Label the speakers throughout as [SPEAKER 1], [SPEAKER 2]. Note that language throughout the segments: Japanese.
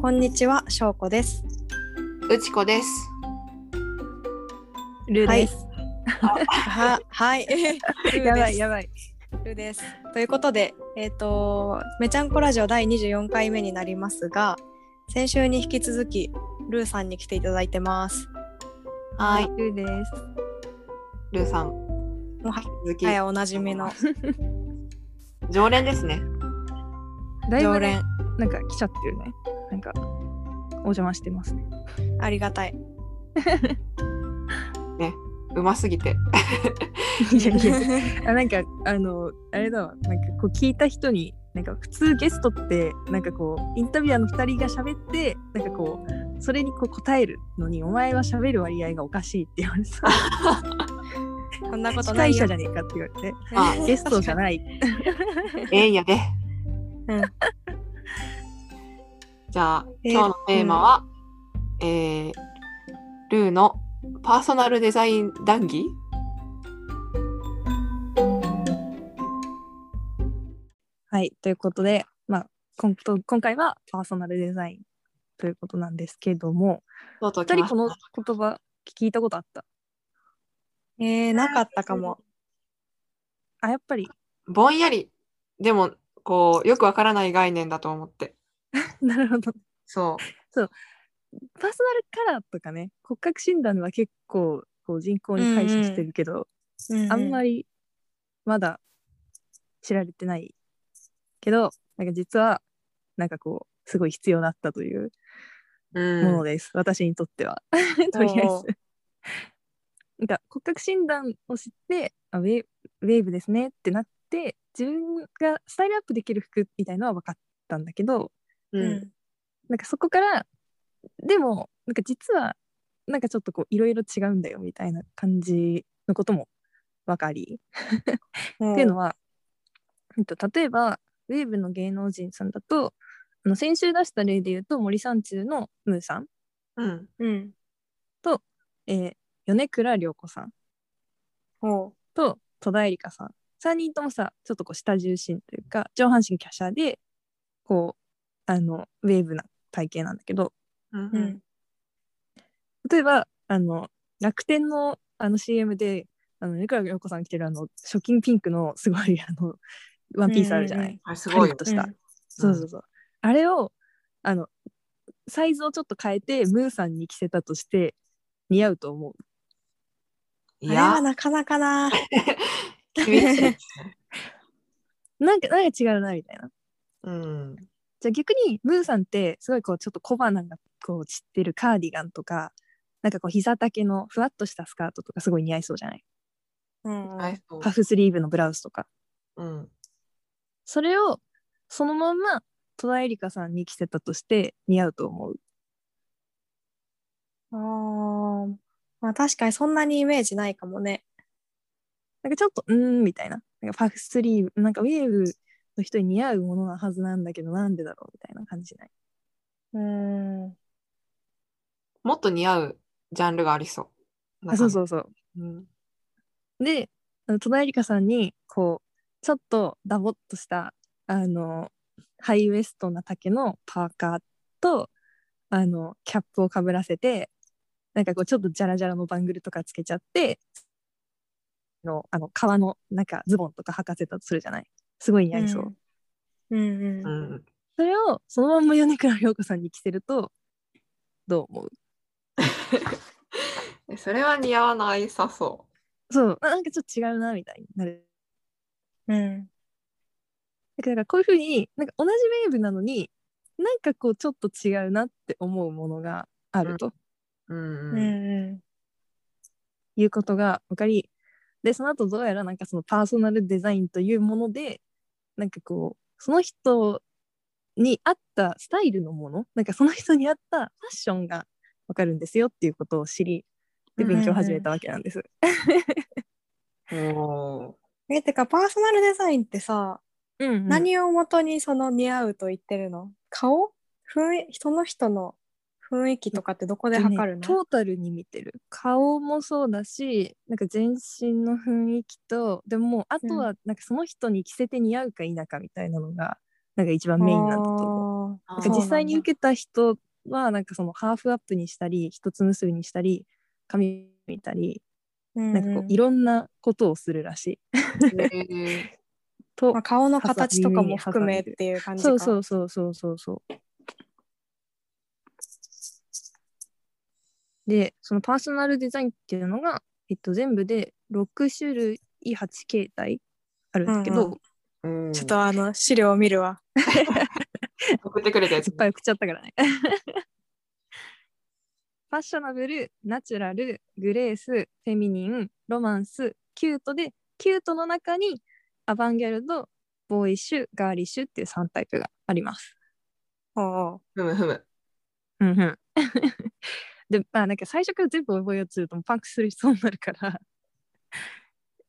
[SPEAKER 1] こんにちは、しょうこです。
[SPEAKER 2] うちこです。
[SPEAKER 3] ル
[SPEAKER 1] はい
[SPEAKER 3] す。
[SPEAKER 1] は、はい。
[SPEAKER 3] やばいやばい。
[SPEAKER 1] ばい。ルーです。ということで、えっ、と、めちゃんこラジオ第24回目になりますが、先週に引き続き、ルーさんに来ていただいてます。
[SPEAKER 2] はい、
[SPEAKER 3] ルーです。
[SPEAKER 2] ルーさん、
[SPEAKER 1] もうは
[SPEAKER 2] 続き、
[SPEAKER 1] はやおなじみの
[SPEAKER 2] 常連ですね。
[SPEAKER 3] だい
[SPEAKER 1] 常
[SPEAKER 3] ぶ、ね、
[SPEAKER 1] 連、
[SPEAKER 3] なんか来ちゃってるね。なんかお邪魔し てますね。
[SPEAKER 1] ありがたい。
[SPEAKER 2] うますぎて。
[SPEAKER 3] いやい やあなんかあのあれだわなんかこう聞いた人になんか普通ゲストってなんかこうインタビュアーの2人が喋ってなんかこうそれにこう答えるのにお前は喋る割合がおかしいって言われてさ
[SPEAKER 1] こんなこ
[SPEAKER 3] 司
[SPEAKER 1] とない
[SPEAKER 3] 会
[SPEAKER 1] よ
[SPEAKER 3] 者じゃねえかって言われて
[SPEAKER 2] あ
[SPEAKER 3] ゲストじゃ
[SPEAKER 1] い。
[SPEAKER 3] ない
[SPEAKER 2] ええんやで。
[SPEAKER 1] うん
[SPEAKER 2] じゃあ、
[SPEAKER 1] えー
[SPEAKER 2] 今日のテーマは、えールーのパーソナルデザイン談義
[SPEAKER 3] はいということで、まあ、今と今回はパーソナルデザインということなんですけども
[SPEAKER 2] とうとう
[SPEAKER 3] 2
[SPEAKER 2] 来
[SPEAKER 3] 人
[SPEAKER 2] まし
[SPEAKER 3] こ
[SPEAKER 2] た
[SPEAKER 3] の言葉聞いたことあった
[SPEAKER 1] えー、なかったかも。
[SPEAKER 3] あやっぱり
[SPEAKER 2] ぼんやり、でも、こう、よくわからない概念だと思って。
[SPEAKER 3] なるほど
[SPEAKER 2] そ
[SPEAKER 3] パーソナルカラーとかね骨格診断は結構こう人口に対してしてるけど、あんま
[SPEAKER 1] り。
[SPEAKER 3] りまだ知られてないけどなんか実はなんかこうすごい必要だったという
[SPEAKER 2] う。
[SPEAKER 3] もの
[SPEAKER 2] うん。
[SPEAKER 3] です、私にとってはとりあえず
[SPEAKER 1] おー
[SPEAKER 3] なんか骨格診断を知ってあウェウェーブですねってなって自分がスタイルアップできる服みたいのは分かったんだけど、
[SPEAKER 2] う
[SPEAKER 1] うんん。
[SPEAKER 3] なんかそこからでもなんか実はなんかちょっとこういろいろ違うんだよみたいな感じのことも分かり、っていうのは、えっと、例えばウェーブの芸能人さんだとあの先週出した例で言うと森三中のムーさん、
[SPEAKER 2] うん。
[SPEAKER 1] うん。
[SPEAKER 3] えー米倉涼子さん
[SPEAKER 1] ほ
[SPEAKER 3] と戸田恵梨香さん3人ともさちょっとこう下重心というか上半身華奢でこうあのウェーブな体型なんだけど
[SPEAKER 2] う
[SPEAKER 1] う。うんん。
[SPEAKER 3] 例えばあの楽天のあの CM であの根倉陽子さん着てるあの初金ピンクのすごい あのワンピースあるじゃない、
[SPEAKER 1] うんうんうん
[SPEAKER 2] あれすごい
[SPEAKER 3] カリ
[SPEAKER 2] よ
[SPEAKER 3] ッ。とした、
[SPEAKER 1] うん
[SPEAKER 3] そうそうそうあれをあのサイズをちょっと変えてムーさんに着せたとして似合うと思う
[SPEAKER 2] い
[SPEAKER 1] あれは
[SPEAKER 2] や、
[SPEAKER 1] なかなかな。
[SPEAKER 2] 厳しいですね。
[SPEAKER 3] なんかなんか違うなみたいな
[SPEAKER 2] うん。
[SPEAKER 3] じゃあ逆にムーさんってすごいこうちょっと小鼻がこう散ってるカーディガンとかなんかこう膝丈のふわっとしたスカートとかすごい似合いそうじゃない
[SPEAKER 1] うん。
[SPEAKER 2] はいそう
[SPEAKER 3] パフスリーブのブラウスとか
[SPEAKER 2] うん。
[SPEAKER 3] それをそのまんま戸田恵梨香さんに着せたとして似合うと思う。
[SPEAKER 1] あーまあ確かにそんなにイメージないかもね。
[SPEAKER 3] なんかちょっとうーんみたいな。なんかパフスリーブ、なんかウェーブの人に似合うものなはずなんだけどなんでだろうみたいな感じない。
[SPEAKER 1] うん。
[SPEAKER 2] もっと似合うジャンルがありそう。
[SPEAKER 3] あそう
[SPEAKER 2] う。
[SPEAKER 3] そうそう。
[SPEAKER 2] うん。
[SPEAKER 3] で、あの戸田恵梨香さんにこうちょっとダボっとしたあのハイウエストな丈のパーカーとあのキャップをかぶらせてなんかこうちょっとジャラジャラのバングルとかつけちゃってのあの革のなんかズボンとか履かせたとするじゃないすごい似合いそう、
[SPEAKER 1] うん。うんうん。
[SPEAKER 2] うん
[SPEAKER 3] それをそのまんま米倉涼子さんに着せるとどう思う
[SPEAKER 2] えそれは似合わないさそ
[SPEAKER 3] そうあなんかちょっと違うなみたいになる
[SPEAKER 1] うん。
[SPEAKER 3] だからこういうふうになんか同じウェーブなのになんかこうちょっと違うなって思うものがあると
[SPEAKER 2] う。うん
[SPEAKER 1] うん。
[SPEAKER 2] うん。
[SPEAKER 1] う
[SPEAKER 3] いうことが分かりでその後どうやらなんかそのパーソナルデザインというものでなんかこうその人に合ったスタイルのものなんかその人に合ったファッションが分かるんですよっていうことを知りで勉強を始めたわけなんです。
[SPEAKER 2] おー
[SPEAKER 1] ん。え、てか、パーソナルデザインってさ、
[SPEAKER 3] うんうん
[SPEAKER 1] 何をもとにその似合うと言ってるの顔雰囲その人の雰囲気とかってどこで測るの、
[SPEAKER 3] ねトータルに見てる顔もそうだしなんか全身の雰囲気とでももうあとはなんかその人に着せて似合うか否かみたいなのがなんか一番メインなんだと思う
[SPEAKER 1] あー
[SPEAKER 3] なんか実際に受けた人はなんかそのハーフアップにしたり一つ結びにしたり髪見たり
[SPEAKER 1] な
[SPEAKER 3] なんかこういろんなことをするらしい。
[SPEAKER 2] え
[SPEAKER 3] と
[SPEAKER 1] まあ、顔の形とかも
[SPEAKER 3] 飾る
[SPEAKER 1] 含めっていう感じか
[SPEAKER 3] そうそうそうそうそうそう。でそのパーソナルデザインっていうのが、えっと、全部で6種類8形態あるんだけど、
[SPEAKER 1] うん
[SPEAKER 2] ー
[SPEAKER 1] ちょっとあの資料を見るわ
[SPEAKER 2] 送ってくれたやつ
[SPEAKER 3] いっぱい送っちゃったからね。 ファッショナブル、ナチュラル、グレース、フェミニン、ロマンス、キュートで、キュートの中にアバンギャルド、ボーイッシュ、ガーリッシュっていう3タイプがあります。
[SPEAKER 1] おうおう
[SPEAKER 2] ふむふむ。
[SPEAKER 3] うんうん。 で、まあなんか最初から全部覚えようとするともうパンクする人になるから、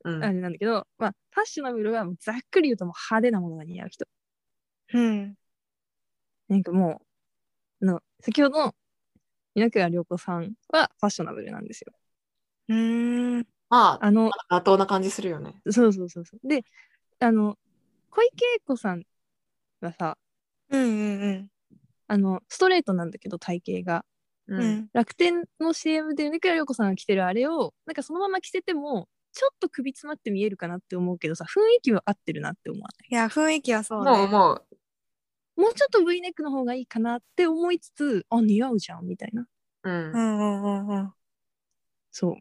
[SPEAKER 2] うん
[SPEAKER 3] あれなんだけど、まあファッショナブルはもうざっくり言うともう派手なものが似合う人。
[SPEAKER 1] うん
[SPEAKER 3] なんかもう、あの先ほどの稲倉涼子さんはファッショナブルなんですよ。
[SPEAKER 1] うーん
[SPEAKER 2] まあ、
[SPEAKER 3] あの、
[SPEAKER 2] 妥当な感じするよね。
[SPEAKER 3] そうそうそうそう。で、あの、小池栄子さんはさ、
[SPEAKER 1] うんうん
[SPEAKER 3] あの、ストレートなんだけど、体型が。
[SPEAKER 1] うんうん
[SPEAKER 3] 楽天の CM で米倉涼子さんが着てるあれを、なんかそのまま着せても、ちょっと首詰まって見えるかなって思うけどさ、雰囲気は合ってるなって思わない。
[SPEAKER 1] いや雰囲気はそう
[SPEAKER 2] もう
[SPEAKER 1] ね
[SPEAKER 2] もう、
[SPEAKER 3] もうちょっと V ネックの方がいいかなって思いつつ、あ、似合うじゃん、みたいな。
[SPEAKER 2] うん
[SPEAKER 1] う。んうんうんうん
[SPEAKER 3] そう。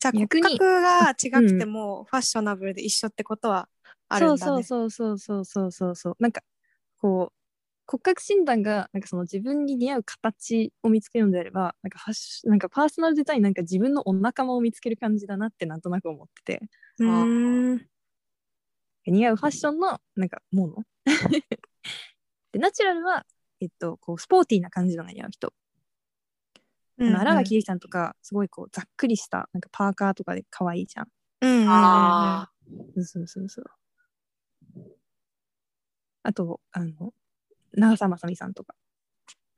[SPEAKER 1] じゃあ骨
[SPEAKER 3] 逆に
[SPEAKER 1] 格が違くてもファッショナブルで一緒ってことはあるんだね
[SPEAKER 3] そうそうそうそうそうそうそうなんかこう骨格診断がなんかその自分に似合う形を見つけるのであればなんかファッシなんかパーソナルデザインなんか自分のお仲間を見つける感じだなってなんとなく思ってて
[SPEAKER 1] うーん
[SPEAKER 3] 似合うファッションのなんかもの でナチュラルはえっとこうスポーティーな感じのが似合う人、
[SPEAKER 1] うん
[SPEAKER 3] あの荒垣結衣さんとかすごいこうざっくりしたなんかパーカーとかで可愛いじゃん
[SPEAKER 1] うんうんうんうん
[SPEAKER 2] あ
[SPEAKER 3] そうそうそうそうあとあの長澤まさみさんとか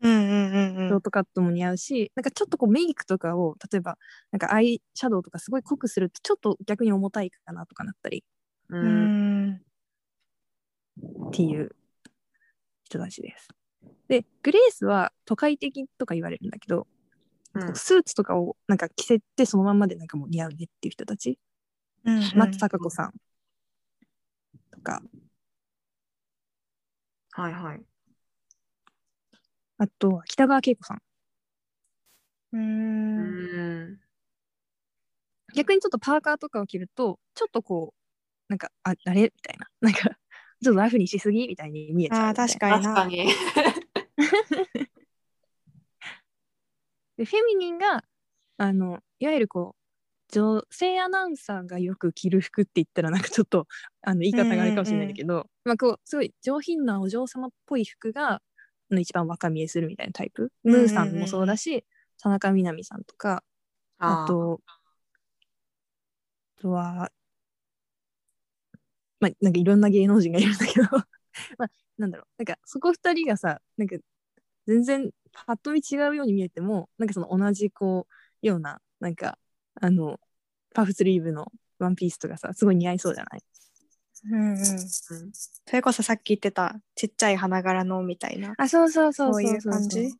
[SPEAKER 1] うんうんうん
[SPEAKER 3] ショ
[SPEAKER 1] う
[SPEAKER 3] ー
[SPEAKER 1] ん
[SPEAKER 3] トカットも似合うし、なんかちょっとこうメイクとかを例えばなんかアイシャドウとかすごい濃くするとちょっと逆に重たいかなとかなったり
[SPEAKER 2] ーう。
[SPEAKER 1] うんん
[SPEAKER 3] っていう人たちです。でグレースは都会的とか言われるんだけど、
[SPEAKER 2] うん
[SPEAKER 3] スーツとかをなんか着せてそのまんまでなんかもう似合うねっていう人たち、
[SPEAKER 1] うん
[SPEAKER 3] 松たか子さんとか
[SPEAKER 2] はいはい。
[SPEAKER 3] あとは北川景子さん
[SPEAKER 1] う
[SPEAKER 2] うんん。
[SPEAKER 3] 逆にちょっとパーカーとかを着るとちょっとこうなんかああれみたいななんかちょっとラフにしすぎみたいに見えちゃう
[SPEAKER 1] あ
[SPEAKER 3] み
[SPEAKER 1] ー
[SPEAKER 3] たいな
[SPEAKER 1] 確かに
[SPEAKER 2] 確か
[SPEAKER 1] な
[SPEAKER 2] に。
[SPEAKER 3] でフェミニンがあのいわゆるこう女性アナウンサーがよく着る服って言ったらなんかちょっとあの言い方があれかもしれないんだけど、まあ、こうすごい上品なお嬢様っぽい服があの一番若見えするみたいなタイプ、
[SPEAKER 1] うんうんうん
[SPEAKER 3] ムーさんもそうだし田中みな実さんとかあ
[SPEAKER 2] ー
[SPEAKER 3] とあとは、まあ、なんかいろんな芸能人がいるんだけど、 まあ、なんだろう、なんかそこ二人がさ、なんか全然パッと見違うように見えても、なんかその同じこう、ような、なんか、あの、パフスリーブのワンピースとかさ、すごい似合いそうじゃない
[SPEAKER 1] うんうん
[SPEAKER 2] うん
[SPEAKER 1] それこそさっき言ってたちっちゃい花柄のみたいな
[SPEAKER 3] あ、そうそうそ
[SPEAKER 1] そういう感じ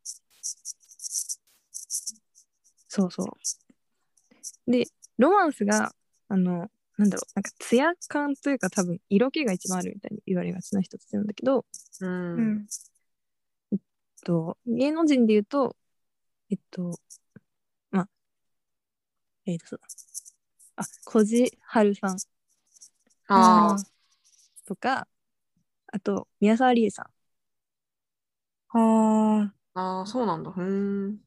[SPEAKER 3] そうそう。で、ロマンスが、あの、なんだろう、なんかツヤ感というか多分色気が一番あるみたいに言われがちな人たちなんだけど、
[SPEAKER 2] うん
[SPEAKER 1] う。ん
[SPEAKER 3] えっと、芸能人で言うと、えっと、まあ、えっと、そうだあ、小路春さん
[SPEAKER 2] あー
[SPEAKER 3] とか、あと、宮沢りえさん。
[SPEAKER 1] あー
[SPEAKER 2] あー、そうなんだ。うん。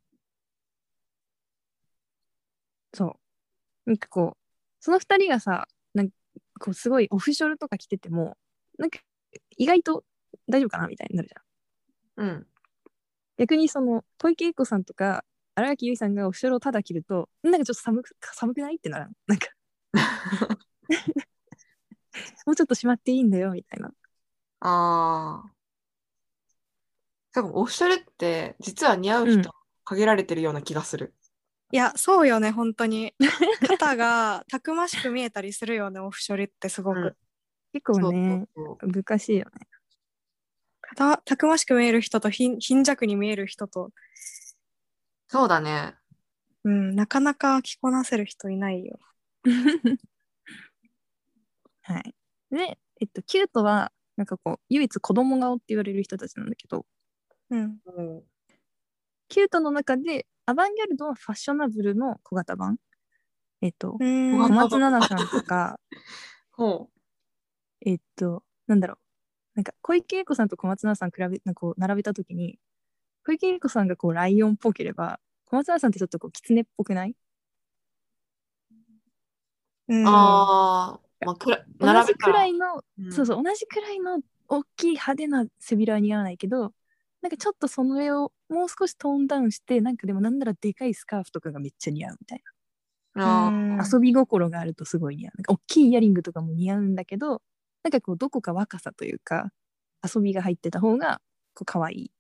[SPEAKER 3] そう。なんかこう、その二人がさ、なんかこう、すごいオフショルとか着てても、なんか、意外と大丈夫かなみたいになるじゃん。
[SPEAKER 2] うん。
[SPEAKER 3] 逆にその、小池栄子さんとか、荒垣結衣さんがオフショルをただ着ると、なんかちょっと寒く、寒くないってならん。なんか、もうちょっとしまっていいんだよ、みたいな。
[SPEAKER 2] ああ。しかも、オフショルって、実は似合う人、
[SPEAKER 3] うん
[SPEAKER 2] 限られてるような気がする。
[SPEAKER 1] いやそうよね本当に肩がたくましく見えたりするよねオフショルってすご
[SPEAKER 2] うん
[SPEAKER 1] く、
[SPEAKER 3] 結構ね、
[SPEAKER 2] そうそうそう
[SPEAKER 3] 難しいよね。
[SPEAKER 1] たたくましく見える人とひん貧弱に見える人と、
[SPEAKER 2] そうだね。
[SPEAKER 1] うん、なかなか着こなせる人いないよ。
[SPEAKER 3] はい。で、えっと、キュートは、なんかこう、唯一子供顔って言われる人たちなんだけど、
[SPEAKER 1] うん、
[SPEAKER 2] うん。
[SPEAKER 3] キュートの中で、アバンギャルドはファッショナブルの小型版。えっと、
[SPEAKER 1] うん
[SPEAKER 2] わ
[SPEAKER 3] 小松菜奈さんとか、
[SPEAKER 2] ほ
[SPEAKER 3] えっと、なんだろう。なんか、小池栄子さんと小松菜奈さん比べ、なんかこう、並べたときに、小池栄子さんがこう、ライオンっぽければ、小松菜奈さんってちょっとこう、狐っぽくない
[SPEAKER 1] うん
[SPEAKER 2] う。ああ、まあ、くら
[SPEAKER 3] 同
[SPEAKER 2] 並べ
[SPEAKER 3] じくら
[SPEAKER 2] い、
[SPEAKER 3] いの
[SPEAKER 2] ん
[SPEAKER 3] そうそう同じくらいの大きい派手な背広は似合わないけどなんかちょっとその上をもう少しトーンダウンしてなんかでもなんならでかいスカーフとかがめっちゃ似合うみたい
[SPEAKER 2] あ
[SPEAKER 1] う
[SPEAKER 2] ー
[SPEAKER 1] ん
[SPEAKER 3] な、遊び心があるとすごい似合うなんか大きいイヤリングとかも似合うんだけどなんかこうどこか若さというか遊びが入ってた方がこう可愛い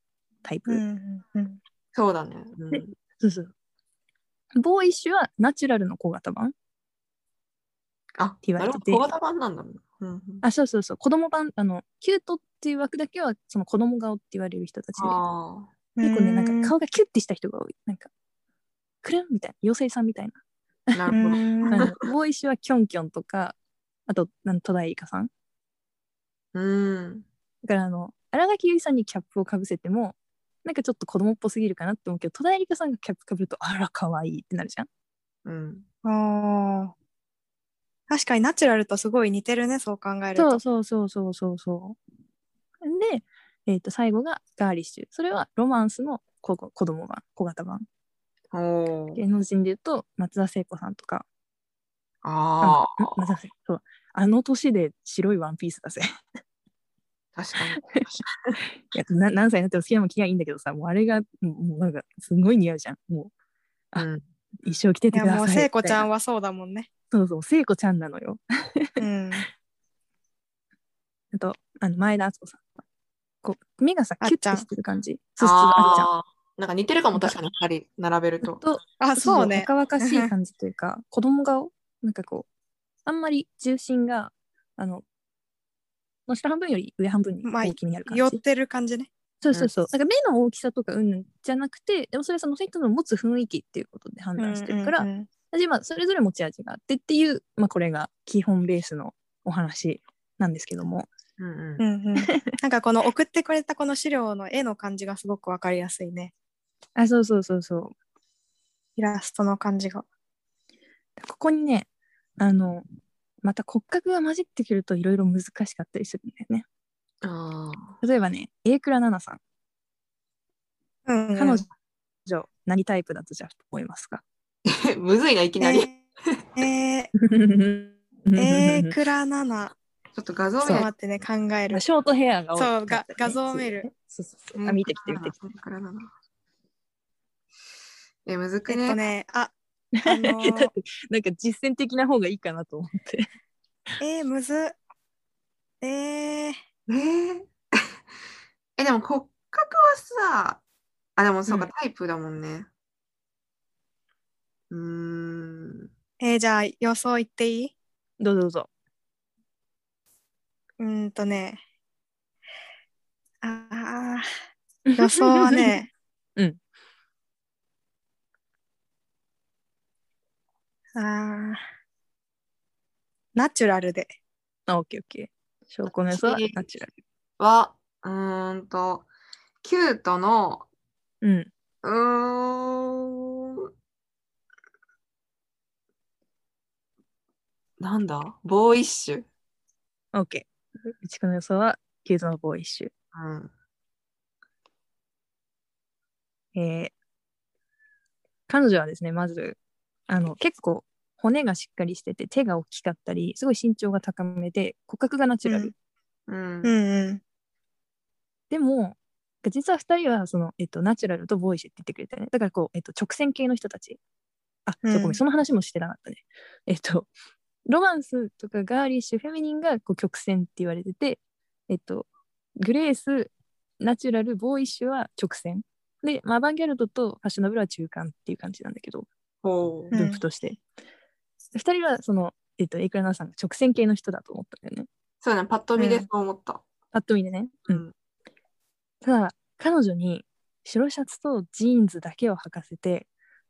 [SPEAKER 3] タイプ、
[SPEAKER 1] うんうん
[SPEAKER 2] そうだね。うん
[SPEAKER 3] そうそうボーイッシュはナチュラルの小型版
[SPEAKER 2] あ、
[SPEAKER 3] 言わ
[SPEAKER 2] な
[SPEAKER 3] れ
[SPEAKER 2] るほ
[SPEAKER 3] てて
[SPEAKER 2] ど。小型版なんだもん。うんうん、
[SPEAKER 3] あそうそうそう子供版あのキュートっていう枠だけはその子供顔って言われる人たちで
[SPEAKER 2] あ
[SPEAKER 1] うん
[SPEAKER 3] 結構ね、なんか
[SPEAKER 1] う
[SPEAKER 3] 顔がキュッてした人が多い。なんか、クルンみたいな、妖精さんみたいな。
[SPEAKER 2] あ、なるほど。
[SPEAKER 1] ん
[SPEAKER 3] あのボーイッシュはキョンキョンとか、あと、なん戸田恵梨香さん。
[SPEAKER 2] うん。
[SPEAKER 3] だから、あの、新垣結衣さんにキャップをかぶせても、なんかちょっと子供っぽすぎるかなって思うけど、戸田恵梨香さんがキャップかぶると、あら、可愛いってなるじゃん。
[SPEAKER 2] うん。
[SPEAKER 1] あー確かにナチュラルとすごい似てるね、そう考える
[SPEAKER 3] そ
[SPEAKER 1] と
[SPEAKER 3] う。そうそうそうそうそう。で、えっ、と、最後がガーリッシュ。それはロマンスの子子供版、小型版。
[SPEAKER 2] おー
[SPEAKER 3] 芸能人で言うと、松田聖子さんとか、
[SPEAKER 2] あ
[SPEAKER 3] あのん松田聖子そうあの年で白いワンピースだぜ。
[SPEAKER 2] あ、確かに。
[SPEAKER 3] いやな何歳になっても好きなもん着りゃいいんだけどさもうあれがもうもうなんかすごい似合うじゃんもあ
[SPEAKER 2] うん、
[SPEAKER 3] う一生着て
[SPEAKER 1] い
[SPEAKER 3] てく
[SPEAKER 1] や、
[SPEAKER 3] ださい
[SPEAKER 1] もう聖子ちゃん
[SPEAKER 3] は
[SPEAKER 1] はそうだもんね。
[SPEAKER 3] そうそう聖子ちゃんなのよ
[SPEAKER 1] うん。
[SPEAKER 3] あとあの前田敦子さんこう目がさ
[SPEAKER 1] あっ
[SPEAKER 3] キュ
[SPEAKER 1] ちゃ
[SPEAKER 3] ッ
[SPEAKER 1] ん
[SPEAKER 3] としてる感じそうそうあっちゃん
[SPEAKER 2] ああ、なんか似てるかも、確かに、二人並べると。
[SPEAKER 3] と
[SPEAKER 1] あ、そうね。
[SPEAKER 3] 若々しい感じという か子供顔なんかこうあんまり重心があのの下半分より上半分に
[SPEAKER 1] まあ
[SPEAKER 3] 大きになる感じ、
[SPEAKER 1] 寄ってる感じね。
[SPEAKER 3] そうそうそう、なんか目の大きさとかうんじゃなくてでもそれはその人の持つ雰囲気っていうことで判断してるから、
[SPEAKER 1] うんうんうん
[SPEAKER 3] で、まあ、それぞれ持ち味があってっていう、まあ、これが基本ベースのお話なんですけども。
[SPEAKER 2] うん
[SPEAKER 1] う
[SPEAKER 2] うん。
[SPEAKER 1] んうんなんかこの送ってくれたこの資料の絵の感じがすごくわかりやすいね。
[SPEAKER 3] あ、そうそうそうそ
[SPEAKER 1] イラストの感じが。
[SPEAKER 3] う。ここにね、あの、また骨格が混じってくるといろいろ難しかったりするんだよね。
[SPEAKER 2] ああ。
[SPEAKER 3] 例えばね、A 倉奈々
[SPEAKER 1] うんう
[SPEAKER 3] さ
[SPEAKER 1] ん
[SPEAKER 3] ん、彼女、何タイプだとじゃあ思いますか
[SPEAKER 2] むずいな、いきなり。ち
[SPEAKER 1] えー、えー、え
[SPEAKER 3] え
[SPEAKER 1] ー、クラナナ。
[SPEAKER 2] ょっと画像
[SPEAKER 1] ちょっと
[SPEAKER 2] 見ない
[SPEAKER 1] 待ってね、考える。
[SPEAKER 3] ショートヘアが多い
[SPEAKER 1] そうが画像を見る。
[SPEAKER 3] そうそうそうう。
[SPEAKER 2] ん
[SPEAKER 3] あ、見てきて見てきて。
[SPEAKER 2] あーからだな。え、むず
[SPEAKER 1] え
[SPEAKER 2] く
[SPEAKER 1] っ
[SPEAKER 2] ね。
[SPEAKER 1] とね、あ、あの
[SPEAKER 3] だ
[SPEAKER 1] ー
[SPEAKER 3] ってなんか実践的な方がいいかなと思って。
[SPEAKER 1] えー、むずっ。えー、
[SPEAKER 2] えーえ、でも骨格はさ、あ、でもそうか、
[SPEAKER 3] うん
[SPEAKER 2] タイプだもんね。うーん。
[SPEAKER 1] えー、じゃあ予想言っていい
[SPEAKER 3] どうぞどう ぞ。。
[SPEAKER 1] うーんとね。ああ、予想は。ね
[SPEAKER 3] うん。
[SPEAKER 1] ああ。ナチュラルで。
[SPEAKER 3] あ、オッケーオッケー。証拠のやつはナチュラル。
[SPEAKER 2] は、うーんと、キュートの、
[SPEAKER 3] うん。
[SPEAKER 2] うーん。なんだボーイッシュ。
[SPEAKER 3] オッケー。うちこの予想は、キュートのボーイッシュ。
[SPEAKER 2] うん。
[SPEAKER 3] えー、彼女はですね、まず、あの、結構、骨がしっかりしてて、手が大きかったり、すごい身長が高めで、骨格がナチュラル。
[SPEAKER 1] うん
[SPEAKER 2] うん。
[SPEAKER 1] うんうん。
[SPEAKER 3] でも、実は2人はその、えっと、ナチュラルとボーイッシュって言ってくれてね。だからこう、えっと、直線系の人たち。あ、そううんごめん、その話もしてなかったね。えっと、ロマンスとかガーリッシュ、フェミニンがこう曲線って言われてて、えっと、グレース、ナチュラル、ボーイッシュは直線。で、まあ、アバンギャルドとファッショナブルは中間っていう感じなんだけど、
[SPEAKER 2] ほう
[SPEAKER 1] うん
[SPEAKER 3] 分布として。二2人はその、えっと、エイクラナーさんが直線系の人だと思ったんだよね。
[SPEAKER 2] そうだね、パッと見で
[SPEAKER 1] うん
[SPEAKER 2] そう思った。
[SPEAKER 3] パッと見でね。
[SPEAKER 2] う
[SPEAKER 3] うんん。ただ彼女に白シャツとジーンズだけを履かせて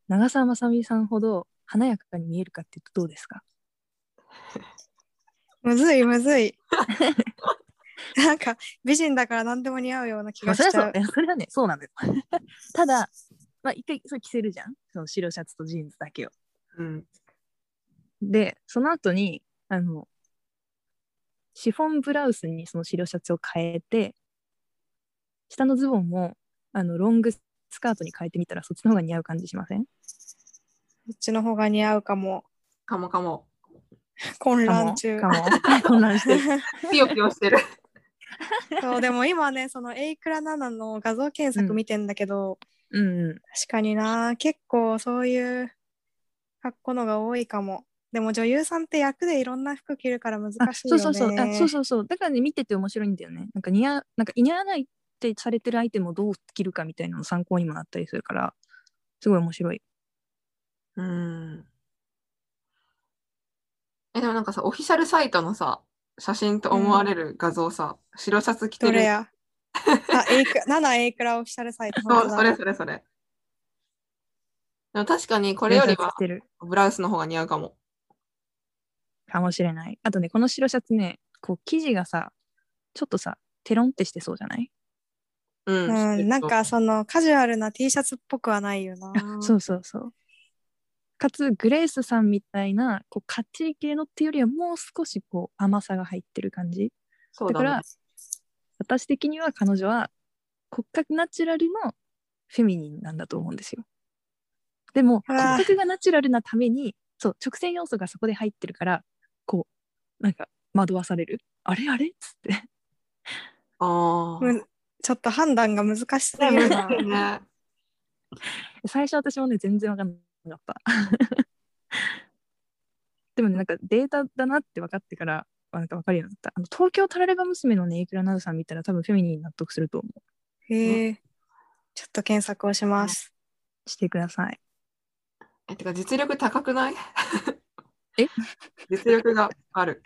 [SPEAKER 3] 長澤まさみさんほど華やかに見えるかっていうとどうですか
[SPEAKER 1] むずいむず い。なんか美人だから何でも似合うような気
[SPEAKER 3] まあ
[SPEAKER 1] が
[SPEAKER 3] それ
[SPEAKER 1] しちゃ
[SPEAKER 3] はそう
[SPEAKER 1] う。
[SPEAKER 3] いやそれはねそうなんだよ ただまあ一回それ着せるじゃんその白シャツとジーンズだけを
[SPEAKER 2] うん。
[SPEAKER 3] でその後にあのシフォンブラウスにその白シャツを変えて下のズボンもあのロングスカートに変えてみたらそっちの方が似合う感じしません
[SPEAKER 1] こっちの方が似合うかも。
[SPEAKER 2] かもかも。
[SPEAKER 1] 混
[SPEAKER 3] か
[SPEAKER 1] 乱
[SPEAKER 3] も
[SPEAKER 1] 中
[SPEAKER 3] か。も 混乱してる
[SPEAKER 2] ピヨピヨしてる。
[SPEAKER 1] そうでも今ねそのエイクラナナの画像検
[SPEAKER 3] う
[SPEAKER 1] 索
[SPEAKER 3] ん
[SPEAKER 1] 見てんだけど、
[SPEAKER 3] うんうん
[SPEAKER 1] 確かにな結構そういう格好のが多いかも。でも女優さんって役でいろんな服着るから難
[SPEAKER 3] あ
[SPEAKER 1] しい
[SPEAKER 3] そ
[SPEAKER 1] よ
[SPEAKER 3] う
[SPEAKER 1] ね。
[SPEAKER 3] そうそうあそうそうそうだからね見てて面白いんだよねなんか似合うなんか似合わないってされてるアイテムをどう着るかみたいなの参考にもなったりするからすごい面白い
[SPEAKER 2] うん。え、でもなんかさ、オフィシャルサイトのさ、写真と思われる画像さ、白シャツ着て
[SPEAKER 1] どれ
[SPEAKER 2] る。
[SPEAKER 1] や。あ、エイク、7エイ クラオフィシャルサイト。
[SPEAKER 2] そう、
[SPEAKER 1] 本当だ
[SPEAKER 2] それそれそれ。でも確かにこ
[SPEAKER 3] こ
[SPEAKER 2] れよりは
[SPEAKER 3] てる
[SPEAKER 2] ブラウスの方が似合うかも。
[SPEAKER 3] かもしれないあとねこの白シャツねこう生地がさちょっとさテロンってしてそうじゃない
[SPEAKER 2] うん。
[SPEAKER 1] うん、なんかそのカジュアルな T シャツっぽくはないよな。
[SPEAKER 2] あ
[SPEAKER 3] そうそうそうかつグレースさんみたいなこうかっちり系のっていうよりはもう少しこう甘さが入ってる感じ
[SPEAKER 2] そうだ
[SPEAKER 3] だか
[SPEAKER 2] ね
[SPEAKER 3] ら私的には彼女は骨格ナチュラルのフェミニンなんだと思うんですよ。でも
[SPEAKER 1] うわ
[SPEAKER 3] 骨格がナチュラルなためにそう直線要素がそこで入ってるからこうなんか惑わされるあれあれっつって
[SPEAKER 2] ああ。
[SPEAKER 1] むちょっと判断が難しそう
[SPEAKER 2] ね
[SPEAKER 1] や
[SPEAKER 2] 難
[SPEAKER 1] な
[SPEAKER 2] し。いね。
[SPEAKER 3] 最初私もね全然わかんなかった でもねなんかデータだなって分かってからあなんか分かるようになったあの東京タラレバ娘のねいくらなどさん見たら多分フェミニンに納得すると思
[SPEAKER 1] へえ。ちょっと検索をします。
[SPEAKER 3] うしてください
[SPEAKER 2] え、てか実力高くない
[SPEAKER 3] え
[SPEAKER 2] 実力がある。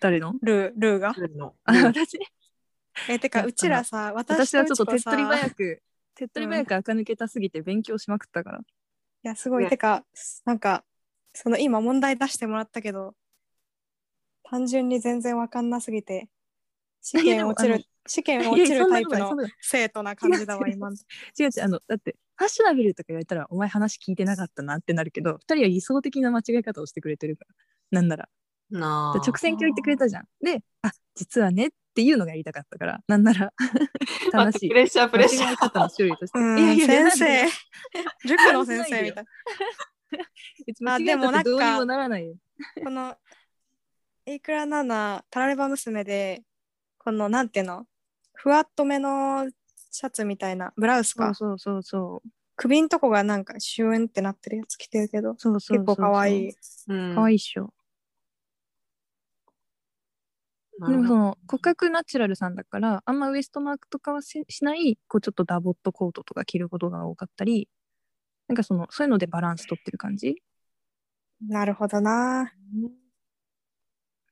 [SPEAKER 3] 誰の
[SPEAKER 1] ルー、ルーが。
[SPEAKER 2] ルーの
[SPEAKER 3] あ
[SPEAKER 2] うん
[SPEAKER 3] 私
[SPEAKER 1] え、て
[SPEAKER 3] い
[SPEAKER 1] か、
[SPEAKER 3] や
[SPEAKER 1] うちらさ、私
[SPEAKER 3] 私
[SPEAKER 1] と
[SPEAKER 3] は
[SPEAKER 1] う
[SPEAKER 3] ちょっ
[SPEAKER 1] ち
[SPEAKER 3] と手
[SPEAKER 1] こ
[SPEAKER 3] っ取り
[SPEAKER 1] さ、い
[SPEAKER 3] 早く、手っ取り早く垢抜けたすぎて勉強しまくったから。
[SPEAKER 1] や、すごい。
[SPEAKER 2] ね
[SPEAKER 1] てか、なんか、その今問題出してもらったけど、単純に全然わかんなすぎて、試
[SPEAKER 3] いやで
[SPEAKER 1] 験
[SPEAKER 3] も
[SPEAKER 1] 落ち
[SPEAKER 3] あ
[SPEAKER 1] る
[SPEAKER 3] の、
[SPEAKER 1] 試験
[SPEAKER 3] い
[SPEAKER 1] 落
[SPEAKER 3] や
[SPEAKER 1] ち
[SPEAKER 3] そ
[SPEAKER 1] る
[SPEAKER 3] ん
[SPEAKER 1] タ
[SPEAKER 3] な
[SPEAKER 1] イ
[SPEAKER 3] こ
[SPEAKER 1] プ
[SPEAKER 3] とない
[SPEAKER 1] の
[SPEAKER 3] そんなこ
[SPEAKER 1] 生徒な感じだわ、今の。
[SPEAKER 3] と違う違う、あの、だって、ファッショナブルとか言われたら、お前話聞いてなかったなってなるけど、二人は理想的な間違い方をしてくれてるから、なんなら。
[SPEAKER 2] なあ。
[SPEAKER 3] 直線鏡言ってくれたじゃん。で、あ、実はねっていうのがやりたかったから、なんな ら、
[SPEAKER 2] 待
[SPEAKER 3] 正
[SPEAKER 2] っ
[SPEAKER 3] してい
[SPEAKER 2] プ。レッシャープレッシャ
[SPEAKER 3] 間違い
[SPEAKER 2] ー。
[SPEAKER 3] 方の種類として。
[SPEAKER 1] うん、
[SPEAKER 3] いやいやいや
[SPEAKER 1] 先生、塾の先生みたいな。
[SPEAKER 3] 間違い方ってどうにもならないよ。
[SPEAKER 1] このいくらななタラレバ娘でこのなんていうのふわっとめのシャツみたいなブラウスか
[SPEAKER 3] そうそうそうそう。
[SPEAKER 1] 首んとこがなんかシューンってなってるやつ着てるけど
[SPEAKER 3] そうそうそうそう
[SPEAKER 1] 結構かわいい。
[SPEAKER 2] うん
[SPEAKER 3] かわいいっしょ。
[SPEAKER 2] な
[SPEAKER 3] で
[SPEAKER 2] る
[SPEAKER 3] も
[SPEAKER 2] ほ
[SPEAKER 3] そ
[SPEAKER 2] ど
[SPEAKER 3] の骨格ナチュラルさんだからあんまウエストマークとかはししないこうちょっとダボっとコートとか着ることが多かったりなんかそのそういうのでバランス取ってる感じ
[SPEAKER 1] なるほどな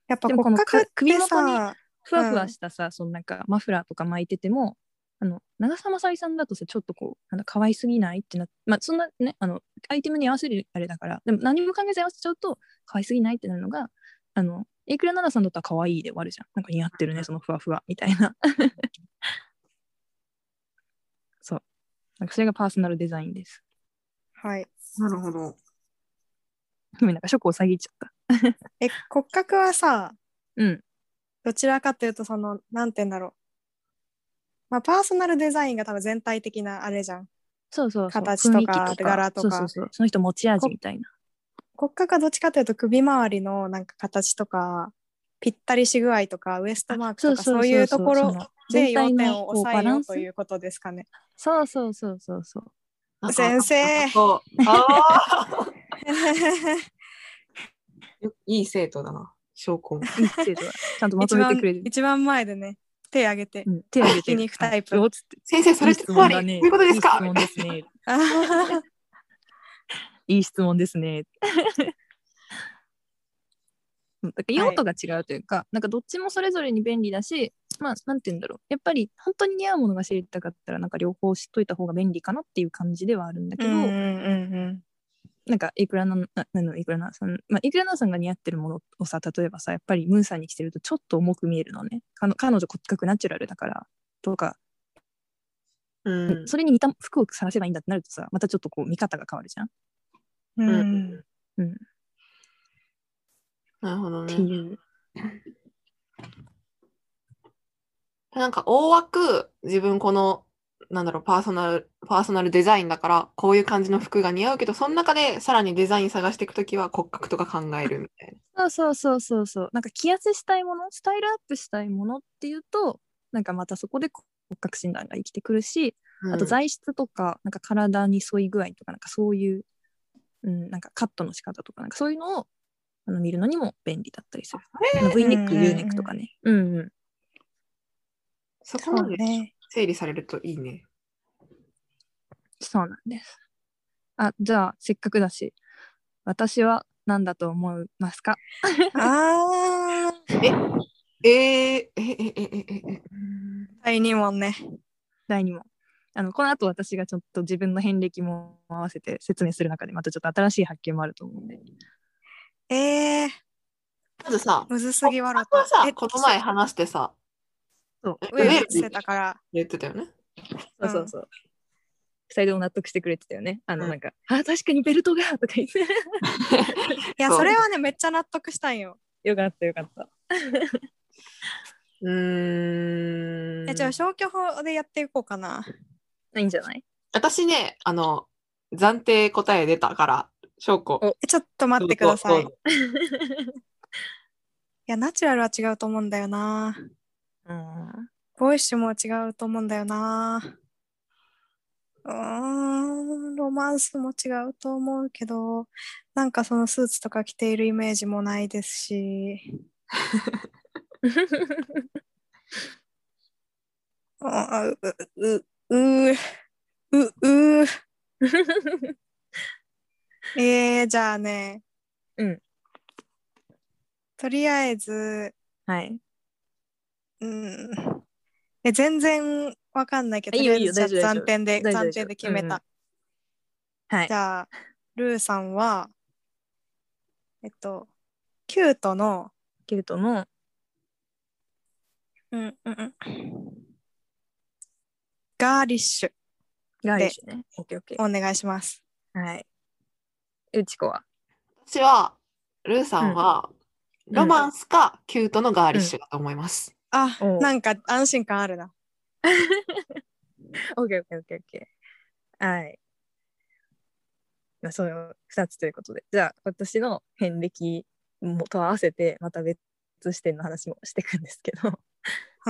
[SPEAKER 1] やっぱ
[SPEAKER 3] でもこ
[SPEAKER 1] 骨
[SPEAKER 3] の
[SPEAKER 1] 格っ
[SPEAKER 3] か首
[SPEAKER 1] て
[SPEAKER 3] 元に
[SPEAKER 1] さ
[SPEAKER 3] ふわふわしたさ、そのなんかマフラーとか巻いててもあの長澤まさみさんだとさちょっとこうなんだ可愛すぎないってなまあそんなねあのアイテムに合わせるあれだからでも何も考えず合わせちゃうと可愛すぎないってなるのがあのエイクラナナさんだったら可愛いで終わるじゃんなんか似合ってるねそのふわふわみたいな そうなんかそれがパーソナルデザインです
[SPEAKER 1] はい
[SPEAKER 2] なるほど。
[SPEAKER 3] ごめんなんかショックを遮っちゃった
[SPEAKER 1] え骨格はさ
[SPEAKER 3] うん
[SPEAKER 1] どちらかというとそのなんていうんだろうまあパーソナルデザインが多分全体的なあれじゃん
[SPEAKER 3] そうそうそう
[SPEAKER 1] 形とか
[SPEAKER 3] 雰囲気
[SPEAKER 1] 柄とか
[SPEAKER 3] そうそうそうその人持ち味みたいな
[SPEAKER 1] 骨格はどっちかというと首周りのなんか形とかぴったりし具合とかウエストマークとかそういうとこ
[SPEAKER 3] そ
[SPEAKER 1] ろ
[SPEAKER 3] の
[SPEAKER 1] で
[SPEAKER 3] 全
[SPEAKER 1] 要
[SPEAKER 3] 体
[SPEAKER 1] 点
[SPEAKER 3] の
[SPEAKER 1] を
[SPEAKER 3] こう
[SPEAKER 1] 抑
[SPEAKER 3] バ
[SPEAKER 1] え
[SPEAKER 3] ラ
[SPEAKER 1] よ
[SPEAKER 3] ン
[SPEAKER 1] う
[SPEAKER 3] ス
[SPEAKER 1] ということですかね。
[SPEAKER 3] そうそうそうそうそう
[SPEAKER 2] なんか
[SPEAKER 1] 先生
[SPEAKER 2] そうあー いい生徒だな。証拠も。
[SPEAKER 3] いい生徒だちゃんとま
[SPEAKER 1] 一
[SPEAKER 3] とめ
[SPEAKER 1] 番
[SPEAKER 3] てくれる、
[SPEAKER 1] 一番前でね手挙げて
[SPEAKER 3] う。ん、手を挙げて
[SPEAKER 1] 筋肉タイプ
[SPEAKER 3] はいどうつって
[SPEAKER 2] 先生、それっ
[SPEAKER 3] いい
[SPEAKER 2] て
[SPEAKER 3] 質
[SPEAKER 2] つ
[SPEAKER 3] 問
[SPEAKER 2] まり、
[SPEAKER 3] だ
[SPEAKER 2] どう
[SPEAKER 3] ね
[SPEAKER 2] いうことですか
[SPEAKER 3] いい質問ですね
[SPEAKER 1] あー
[SPEAKER 3] いい質問ですねうんだから用途が違うというか、なんかどっちもそれぞれに便利だしまあなんて言うんだろうやっぱり本当に似合うものが知りたかったらなんか両方知っといた方が便利かなっていう感じではあるんだけど、
[SPEAKER 1] うんうんうん
[SPEAKER 3] なんかいくらなあなのいくらなさん、まあ、いくらなさんが似合ってるものをさ例えばさやっぱりムーさんに着てるとちょっと重く見えるのねかの彼女骨格ナチュラルだからとか、
[SPEAKER 2] うん
[SPEAKER 3] それに似た服を探せばいいんだってなるとさまたちょっとこう見方が変わるじゃん。
[SPEAKER 1] うん
[SPEAKER 2] う
[SPEAKER 1] うんん
[SPEAKER 3] うん、っ
[SPEAKER 2] なるほど
[SPEAKER 3] て
[SPEAKER 2] ね。
[SPEAKER 3] いう。
[SPEAKER 2] なんか大枠自分このなんだろうパーソナルパーソナルデザインだからこういう感じの服が似合うけどその中でさらにデザイン探していくときは骨格とか考えるみたい
[SPEAKER 3] そうそうそうそうそうなんか着痩せしたいものスタイルアップしたいものっていうとなんかまたそこで骨格診断が生きてくるし
[SPEAKER 2] な。
[SPEAKER 3] あと
[SPEAKER 2] うん
[SPEAKER 3] 材質とか、なんか体に沿い具合とか、なんかそういう、うん、なんかカットの仕方とか、なんかそういうのをあの見るのにも便利だったりする。あの V ネック、
[SPEAKER 1] うんうんうん
[SPEAKER 3] U ネックとかね。うんうん。
[SPEAKER 2] そこ
[SPEAKER 1] そ
[SPEAKER 2] ま
[SPEAKER 1] う
[SPEAKER 2] で
[SPEAKER 1] ね
[SPEAKER 2] 整理されるといいね。
[SPEAKER 3] そうなんです。あ、じゃあ、せっかくだし、私は何だと思いますか
[SPEAKER 1] あー
[SPEAKER 2] えー、えええええええ
[SPEAKER 1] 第2問ね
[SPEAKER 3] 第2問。あのこの後私がちょっと自分の遍歴も合わせて説明する中でまたちょっと新しい発見もあると思うんで
[SPEAKER 1] えー、
[SPEAKER 2] まずさ、
[SPEAKER 1] むずすぎ笑っ
[SPEAKER 2] これ
[SPEAKER 1] た
[SPEAKER 2] さこの前話してさ、
[SPEAKER 3] そう
[SPEAKER 1] 上
[SPEAKER 2] え上
[SPEAKER 1] 見せたから
[SPEAKER 2] 言ってたよね。
[SPEAKER 3] そうそうそう。二人とも納得してくれてたよね。あの、なんか、あ、確かにベルトがとか言って。
[SPEAKER 1] いや
[SPEAKER 2] そう
[SPEAKER 1] それはねめっちゃ納得したんよ
[SPEAKER 3] よかったよかった。
[SPEAKER 2] うーん。
[SPEAKER 1] えじゃあ消去法でやっていこうかない
[SPEAKER 3] いんじゃない
[SPEAKER 2] 私ね、あの、暫定答え出たから、証拠。
[SPEAKER 1] えちょっと待ってくださいいやナチュラルは違うと思うんだよな
[SPEAKER 3] うん。
[SPEAKER 1] ボイッシュも違うと思うんだよなうーんロマンスも違うと思うけどなんかそのスーツとか着ているイメージもないですしあううううううえー、じゃあね
[SPEAKER 3] うん
[SPEAKER 1] とりあえず
[SPEAKER 3] はい。
[SPEAKER 1] うんえ全然わかんないけど、
[SPEAKER 3] いいよ
[SPEAKER 1] とりあえず
[SPEAKER 3] いいよ
[SPEAKER 1] じゃあ
[SPEAKER 3] 大丈
[SPEAKER 1] 暫
[SPEAKER 3] 夫
[SPEAKER 1] 定で、
[SPEAKER 3] 大丈夫
[SPEAKER 1] 暫定で決め
[SPEAKER 3] 大丈夫
[SPEAKER 1] た。
[SPEAKER 3] はい
[SPEAKER 1] じ。ゃあ、ルーさんは、えっと、キュートの、
[SPEAKER 3] ケルトの、
[SPEAKER 1] うんうんうん、ガーリッシュ
[SPEAKER 3] ガーリッシュね。オッケーオッケ
[SPEAKER 1] お願いします。
[SPEAKER 3] ー。はい。うちこは。
[SPEAKER 2] 私は、ルーさんは、
[SPEAKER 3] ん
[SPEAKER 2] ロマンスかキュートのガーリッシュだと思います。
[SPEAKER 1] あ
[SPEAKER 3] お、う
[SPEAKER 1] なんか安心感あるな。
[SPEAKER 3] オッケーオッケーオッケーオッケー。はい。まあ、その2つということで。じゃあ、私の遍歴もと合わせて、また別視点の話もしていくんですけど、
[SPEAKER 1] うん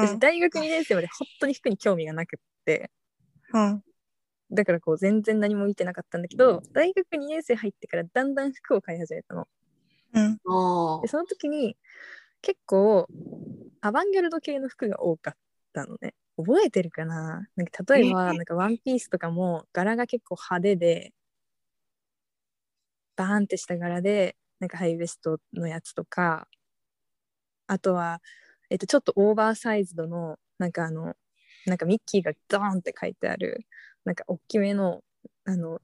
[SPEAKER 3] 私大学2年生まで本当に服に興味がなくって、
[SPEAKER 1] うん
[SPEAKER 3] だからこう全然何も見てなかったんだけど大学2年生入ってからだんだん服を買い始めたの
[SPEAKER 1] うん
[SPEAKER 2] お
[SPEAKER 3] で
[SPEAKER 2] ー
[SPEAKER 3] その時に結構アバンギャルド系の服が多かったのね覚えてるかななんか例えば
[SPEAKER 2] え
[SPEAKER 3] なんかワンピースとかも柄が結構派手でバーンってした柄でなんかハイウエストのやつとかあとは、えっと、ちょっとオーバーサイズドのなんかあのなんかミッキーがドーンって書いてあるなんか大きめのあの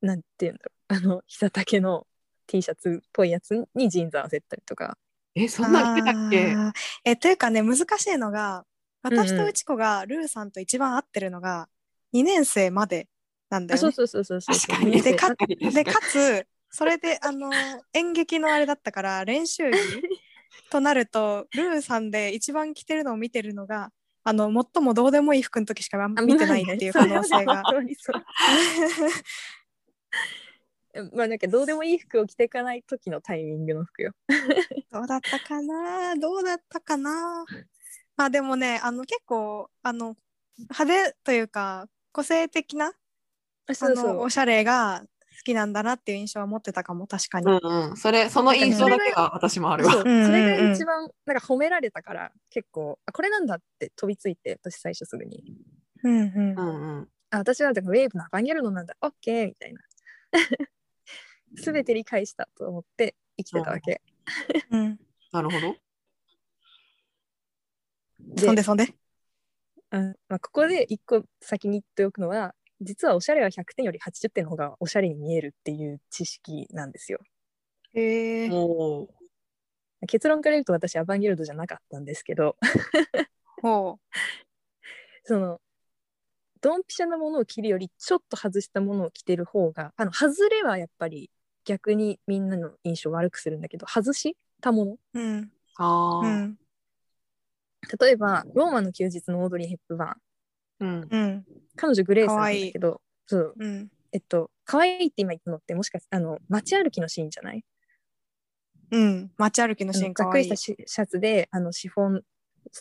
[SPEAKER 3] なんていうんだろうあの膝丈の T シャツっぽいやつにジーンズ合わせたりとか
[SPEAKER 2] え、そんなん言ってたっけ
[SPEAKER 1] あーえというかね難しいのが私
[SPEAKER 3] うんう
[SPEAKER 1] と
[SPEAKER 3] ん
[SPEAKER 1] うち子がルーさんと一番合ってるのが2年生までなんだ
[SPEAKER 3] あ
[SPEAKER 1] よ
[SPEAKER 3] そう
[SPEAKER 1] ね。
[SPEAKER 3] そうそうそうそう
[SPEAKER 2] 確かに。
[SPEAKER 1] で
[SPEAKER 3] で
[SPEAKER 1] か
[SPEAKER 2] 確かに
[SPEAKER 1] で
[SPEAKER 2] 確
[SPEAKER 1] か
[SPEAKER 2] か
[SPEAKER 1] つそれであの演劇のあれだったから練習着となるとルーさんで一番着てるのを見てるのがあの最もどうでもいい服の時しかあんま見てないっていう可能性が。
[SPEAKER 3] まあなんかどうでもいい服を着ていかない時のタイミングの服よ。
[SPEAKER 1] どうだったかなどうだったかなまあでもねあの結構あの派手というか個性的なあ
[SPEAKER 3] そうそう
[SPEAKER 1] のおしゃれが好きなんだなっていう印象は持ってたかも確かに。
[SPEAKER 2] に。うんうん。それ、その印象だけが私もあるわ。
[SPEAKER 3] そううん
[SPEAKER 1] うんうん
[SPEAKER 3] それが一番なんか褒められたから結構あこれなんだって飛びついて私最初すぐに
[SPEAKER 1] うんうん
[SPEAKER 2] うんうん。
[SPEAKER 3] あ私はだからウェーブのアバンギャルドなんだオッケーみたいな 全て理解したと思って生きてたわけ、
[SPEAKER 1] うん
[SPEAKER 2] なるほど。
[SPEAKER 3] で
[SPEAKER 1] そんでそんで。
[SPEAKER 3] うんまあ、ここで一個先に言っておくのは実はおしゃれは100点より80点の方がおしゃれに見えるっていう知識なんですよ。
[SPEAKER 1] えー、
[SPEAKER 2] おー
[SPEAKER 3] 結論から言うと私アバンギルドじゃなかったんですけど
[SPEAKER 1] ほ
[SPEAKER 3] そのドンピシャなものを着るよりちょっと外したものを着てる方があの外れはやっぱり逆にみんなの印象を悪くするんだけど外したもの
[SPEAKER 1] う。うん。
[SPEAKER 2] あ
[SPEAKER 1] う
[SPEAKER 2] ー
[SPEAKER 1] ん。
[SPEAKER 3] 例えば「ローマの休日」のオードリー・ヘップバーン
[SPEAKER 2] うん。
[SPEAKER 1] うん。
[SPEAKER 3] 彼女グレースなんだけどそう
[SPEAKER 1] うん。
[SPEAKER 3] えっと可愛いって今言ったのってもしかしてあの街歩きのシーンじゃない
[SPEAKER 1] うん。街歩き
[SPEAKER 3] あ
[SPEAKER 1] の
[SPEAKER 3] の
[SPEAKER 1] シーンか
[SPEAKER 3] ざっ
[SPEAKER 1] わ
[SPEAKER 3] く
[SPEAKER 1] い
[SPEAKER 3] り
[SPEAKER 1] い
[SPEAKER 3] した。シシャツであのシフォン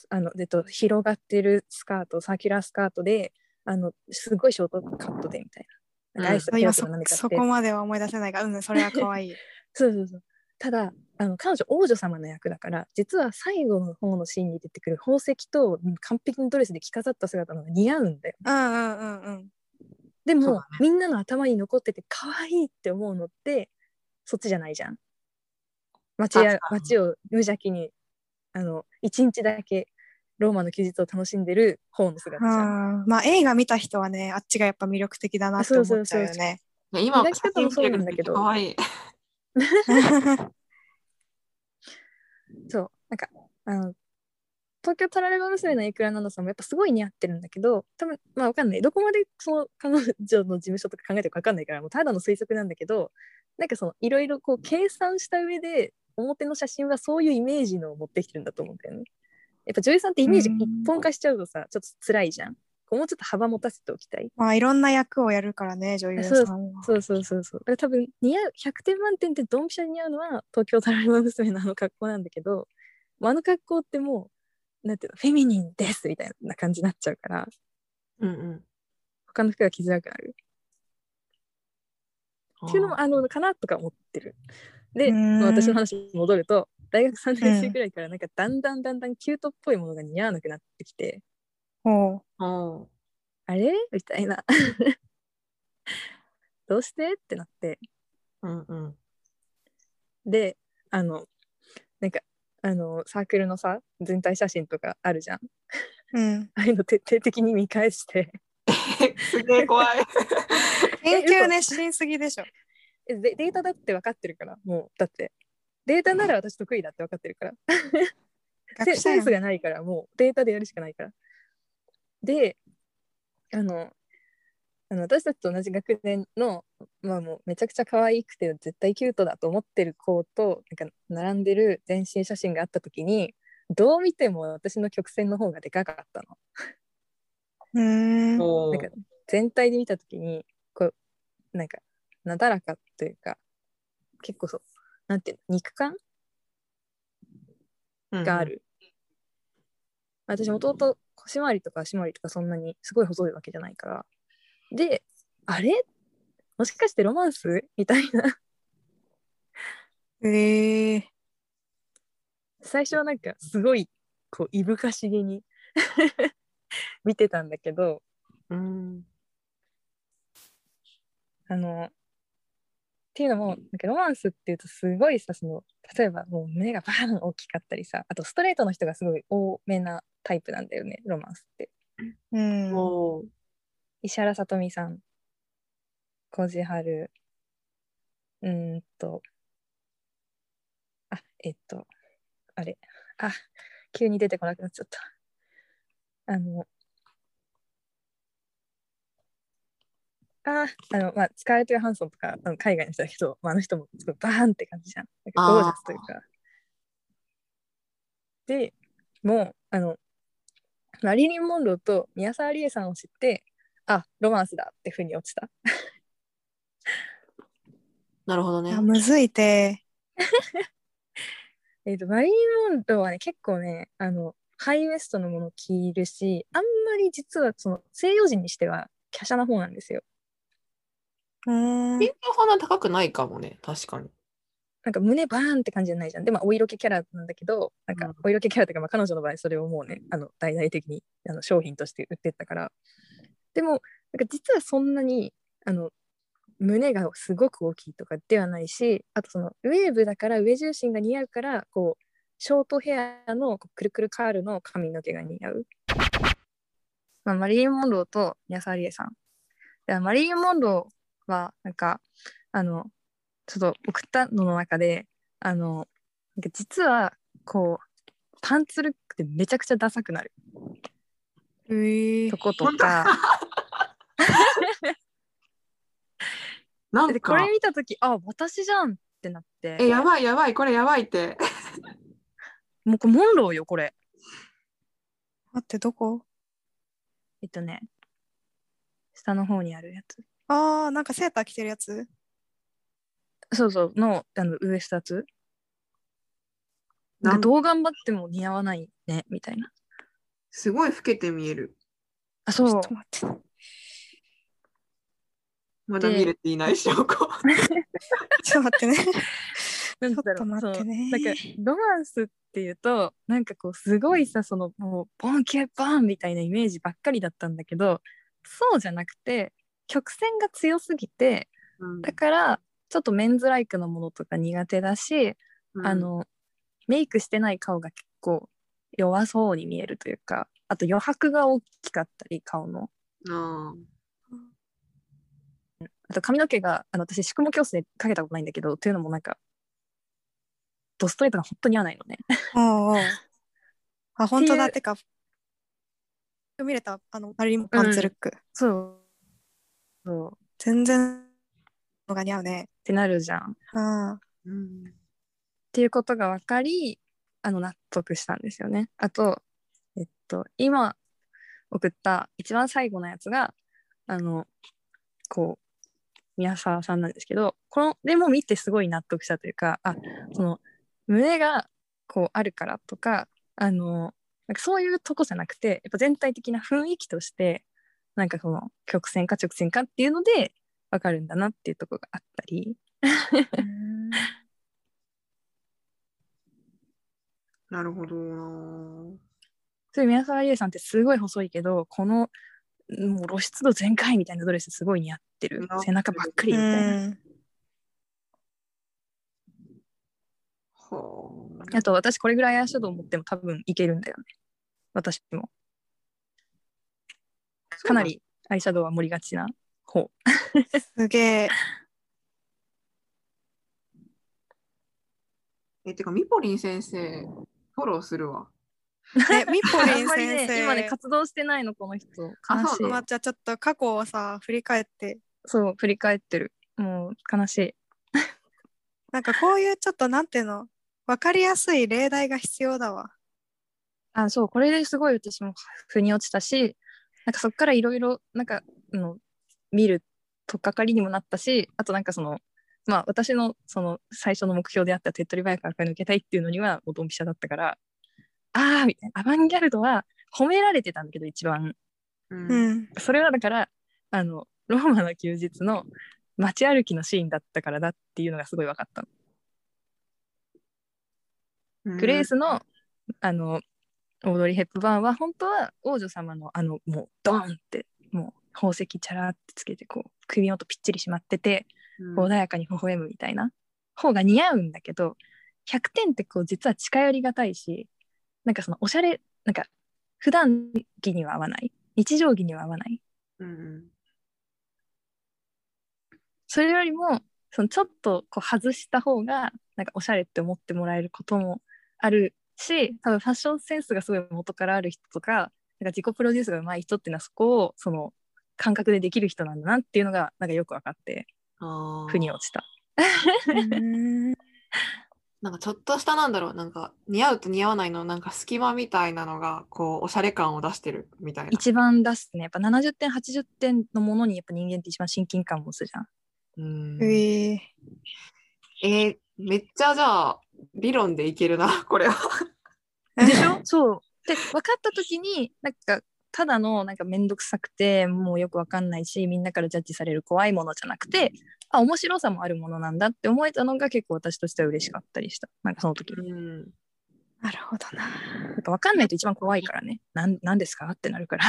[SPEAKER 3] あのでと広がってるスカートサーキュラースカートであのすごいショートカットでみたいな。なんかアイス
[SPEAKER 1] 今
[SPEAKER 3] ピ
[SPEAKER 1] そ
[SPEAKER 3] ラフの何かって
[SPEAKER 1] そこまでは思い出せないが、うん、それは可愛い。
[SPEAKER 3] そうそうそうただあの彼女王女様の役だから実は最後の方のシーンに出てくる宝石とうん完璧なドレスで着飾った姿の方が似合 うんだよ
[SPEAKER 1] うんうんうんうん。
[SPEAKER 2] そ
[SPEAKER 3] で
[SPEAKER 2] う
[SPEAKER 3] も、
[SPEAKER 2] だね
[SPEAKER 3] みんなの頭に残ってて可愛いって思うのってそっちじゃないじゃん街や
[SPEAKER 2] 確かに
[SPEAKER 3] 街を無邪気にあの一日だけローマの休日を楽しんでる方の姿じゃん
[SPEAKER 1] あーまあ映画見た人はね、あっちがやっぱ魅力的だなって思っちゃうよね。
[SPEAKER 2] いや今、
[SPEAKER 3] 磨き方もそうなんだけど
[SPEAKER 2] かわいい。
[SPEAKER 3] そうなんかあの東京タラレバ娘のイクラナナさんもやっぱすごい似合ってるんだけど多分まあわかんないどこまでその彼女の事務所とか考えてるかわかんないからもうただの推測なんだけどなんかそのいろいろこう計算した上で表の写真はそういうイメージのを持ってきてるんだと思うんだよね。やっぱ女優さんってイメージ一本化しちゃうとさちょっと辛いじゃん。こうもうちょっと幅持たせておきたい。
[SPEAKER 1] まあいろんな役をやるからね、女優さんは。
[SPEAKER 3] そうそうそうそう。だから多分似合う100点満点ってドンピシャに似合うのは東京タラレバ娘のあの格好なんだけど、もうあの格好ってもうなんていうのフェミニンですみたいな感じになっちゃうから
[SPEAKER 2] うんうん。
[SPEAKER 3] 他の服が着づらくなるっていうのもあのかなとか思ってる。で、
[SPEAKER 1] うーん
[SPEAKER 3] まあ私の話に戻ると大学3年
[SPEAKER 1] う
[SPEAKER 3] 生
[SPEAKER 1] ん
[SPEAKER 3] ぐらいからなんかだんだんだんだんキュートっぽいものが似合わなくなってきて、
[SPEAKER 1] ほう
[SPEAKER 2] あーおー
[SPEAKER 3] あれみたいな。 どうしてってなって
[SPEAKER 2] うんうん。
[SPEAKER 3] であのなんかあのサークルのさ全体写真とかあるじゃん
[SPEAKER 1] うん、
[SPEAKER 3] ああいうの徹底的に見返して
[SPEAKER 2] すげえ怖い。
[SPEAKER 1] 研究熱心すぎでしょ。
[SPEAKER 3] えデデータだって分かってるからもうだってデータなら私得意だって分かってるからセ
[SPEAKER 1] 学者
[SPEAKER 3] セン
[SPEAKER 1] やん
[SPEAKER 3] スがないからもうデータでやるしかないからであのあの私たちと同じ学年の、まあ、もうめちゃくちゃ可愛くて絶対キュートだと思ってる子となんか並んでる全身写真があった時にどう見ても私の曲線の方がでかかったの。
[SPEAKER 1] うーん
[SPEAKER 2] お
[SPEAKER 3] なんか全体で見た時にこうなんかなだらかというか結構そうなんていうの肉感があ。る。私もともと腰回りとか足回りとかそんなにすごい細いわけじゃないから。で、あれもしかしてロマンスみたいな。
[SPEAKER 1] えー、
[SPEAKER 3] 最初はなんかすごいこういぶかしげに 見てたんだけど、
[SPEAKER 2] うん。
[SPEAKER 3] あの、っていうのも、なんかロマンスっていうとすごいさ、その、例えばもう胸がバーン大きかったりさ、あとストレートの人がすごい多めなタイプなんだよね、ロマンスって。
[SPEAKER 1] うん、
[SPEAKER 2] おー
[SPEAKER 3] 石原さとみさん、小路春、うーんと、あ、えっと、あれ、あ、急に出てこなくなっちゃった。あの、あ、あの、まあ、スカーレット・ヨハンソンとか、あの海外の人だけど、まあ、あの人もすごいバーンって感じじゃん。なんかゴージャスというか。で、もう、あの、マリリン・モンローと宮沢りえさんを知って、あ、ロマンスだってふうに落ちた。
[SPEAKER 2] なるほど
[SPEAKER 1] い
[SPEAKER 2] ね
[SPEAKER 1] や。むずいて。
[SPEAKER 3] えっ、と、マリリン・モンローはね、結構ね、あの、ハイウエストのものを着るし、あんまり実はその西洋人にしては華奢な方なんですよ。
[SPEAKER 1] うーん
[SPEAKER 2] 身長そんな高くないかもね、確かに。
[SPEAKER 3] なんか胸バーンって感じじゃないじゃん。でも、まあお色気キャラなんだけど、なん
[SPEAKER 2] う
[SPEAKER 3] か
[SPEAKER 2] ん
[SPEAKER 3] お色気キャラというか、まあ、彼女の場合、それをもうね、あの大々的にあの商品として売ってったから。でも、なんか実はそんなに、あの、胸がすごく大きいとかではないし、あとそのウェーブだから、上重心が似合うから、こう、ショートヘアのこうくるくるカールの髪の毛が似合う。まあ、マリリン・モンローとニャサリエさん。でマリリン・モンローは、なんか、あの、ちょっと送ったのの中で、あの、なんか実は、こう、パンツルックってめちゃくちゃダサくなる
[SPEAKER 1] ええ
[SPEAKER 3] とこと か、
[SPEAKER 2] なん
[SPEAKER 3] でこれ
[SPEAKER 2] か、
[SPEAKER 3] 見た時あ、私じゃんってなって、
[SPEAKER 2] え、やばいやばい、これやばいって。
[SPEAKER 3] もうこれモンローよ、これ。
[SPEAKER 1] 待って、どこ
[SPEAKER 3] えっとね、下の方にあるやつ。
[SPEAKER 1] ああ、なんかセーター着てるやつ
[SPEAKER 3] そうそう、の、あの、上2つ。
[SPEAKER 2] な
[SPEAKER 3] なんか
[SPEAKER 2] ん
[SPEAKER 3] どう頑張っても似合わないね、みたいな。
[SPEAKER 2] すごい老けて見える。
[SPEAKER 3] あ、
[SPEAKER 1] ち
[SPEAKER 3] そ
[SPEAKER 1] ょ
[SPEAKER 3] う
[SPEAKER 1] っ。と待って。
[SPEAKER 2] まだ
[SPEAKER 3] で
[SPEAKER 2] 見れていない証 拠。
[SPEAKER 1] ちょっと待ってね。
[SPEAKER 3] なんだろう
[SPEAKER 1] ちょっと待ってね
[SPEAKER 3] そうなんかロマンスっていうとなんかこうすごいさそのもうボン系バーンみたいなイメージばっかりだったんだけどそうじゃなくて曲線が強すぎて
[SPEAKER 2] うん
[SPEAKER 3] だからちょっとメンズライクのものとか苦手だし、
[SPEAKER 2] うん
[SPEAKER 3] あのメイクしてない顔が結構弱そうに見えるというかあと余白が大きかったり顔の
[SPEAKER 2] あ
[SPEAKER 3] あと髪の毛があの私宿毛矯正かけたことないんだけどというのもなんかドストレートが本当に合わないのね。
[SPEAKER 1] おうおうあ、本当だ。
[SPEAKER 3] って
[SPEAKER 1] てか、見れた、あの、マリリンパンツルック。
[SPEAKER 3] そう。そう。っ
[SPEAKER 1] 全然、のが似合うね。
[SPEAKER 3] てなるじゃん。っ
[SPEAKER 1] あ
[SPEAKER 2] ーうん
[SPEAKER 3] ていうことが分かり、あの、納得したんですよね。あと、えっと、今送った一番最後のやつが、あの、こう、宮沢さんなんですけど、この、でも見てすごい納得したというか、あ、その、胸がこうあるからとか、あの、なんかそういうとこじゃなくて、やっぱ全体的な雰囲気として、なんかその曲線か直線かっていうので分かるんだなっていうとこがあったり、
[SPEAKER 1] あ。うん
[SPEAKER 2] なるほどな。
[SPEAKER 3] それ宮沢りえさんってすごい細いけどこのもう露出度全開みたいなドレスすごい似合ってる
[SPEAKER 2] 似合ってる
[SPEAKER 3] 背中ばっかりみたいな、
[SPEAKER 2] は
[SPEAKER 3] あと私これぐらいアイシャドウ持っても多分いけるんだよね私も
[SPEAKER 2] あ。
[SPEAKER 3] かなりアイシャドウは盛りがちな方
[SPEAKER 1] すげえ。
[SPEAKER 2] え、てか、みぽりん先生、フォローするわ。
[SPEAKER 1] え、ミポリ
[SPEAKER 3] あ
[SPEAKER 1] ン
[SPEAKER 3] んまり
[SPEAKER 1] 先
[SPEAKER 3] ね
[SPEAKER 1] 生。
[SPEAKER 3] 今ね活動してないのこの人悲
[SPEAKER 2] あ
[SPEAKER 3] し
[SPEAKER 2] そう
[SPEAKER 3] い
[SPEAKER 1] まあ、じゃあちょっと過去をさ、振り返って、
[SPEAKER 3] そう振り返ってるもう悲しい
[SPEAKER 1] なんかこういうちょっと、なんていうの、わかりやすい例題が必要だわ。
[SPEAKER 3] あそうこれですごい私も腑に落ちたしなんかそっからいろいろなんかあの見るとっかかりにもなったしあとなんかそのまあ私のその最初の目標であった手っ取り早く垢抜けたいっていうのにはもうドンピシャだったからああみたいなアバンギャルドは褒められてたんだけど一番
[SPEAKER 1] う
[SPEAKER 2] う。
[SPEAKER 1] んん。
[SPEAKER 3] それはだからあのローマの休日の街歩きのシーンだったからだっていうのがすごい分かったの
[SPEAKER 2] うん
[SPEAKER 3] グレースのあのオードリー・ヘップバーンは本当は王女様のあのもうドーンってもう宝石チャラってつけてこう首元ぴっちりしまってて
[SPEAKER 2] うん
[SPEAKER 3] 穏やかに微笑むみたいな方が似合うんだけど100点ってこう実は近寄りがたいしなんかそのおしゃれなんか普段着には合わない日常着には合わない
[SPEAKER 2] うん
[SPEAKER 3] それよりもそのちょっとこう外した方がなんかおしゃれって思ってもらえることもあるし多分ファッションセンスがすごい元からある人とかなんか自己プロデュースが上手い人っていうのはそこをその感覚でできる人なんだなっていうのがなんかよく分かって
[SPEAKER 2] あー
[SPEAKER 3] 腑に落ちた。
[SPEAKER 1] うん
[SPEAKER 2] なんかちょっとしたなんだろう、なんか似合うと似合わないの、なんか隙間みたいなのが、こう、おしゃれ感を出してるみたいな。
[SPEAKER 3] 一番出すねやっぱ70点80点のものにやっぱ人間って一番親近感を持つじゃん。
[SPEAKER 2] うん
[SPEAKER 1] う
[SPEAKER 2] え
[SPEAKER 1] い
[SPEAKER 2] ーめっちゃじゃあ、理論でいけるな、 これは。
[SPEAKER 3] でしょそう。で分かった時になんかただのなんか面倒くさくてもうよく分かんないしみんなからジャッジされる怖いものじゃなくてあ面白さもあるものなんだって思えたのが結構私としては嬉しかったりしたなんかその時や
[SPEAKER 2] うん。
[SPEAKER 1] なるほどな。
[SPEAKER 3] っぱ分かんないと一番怖いからねなんなんですかってなるから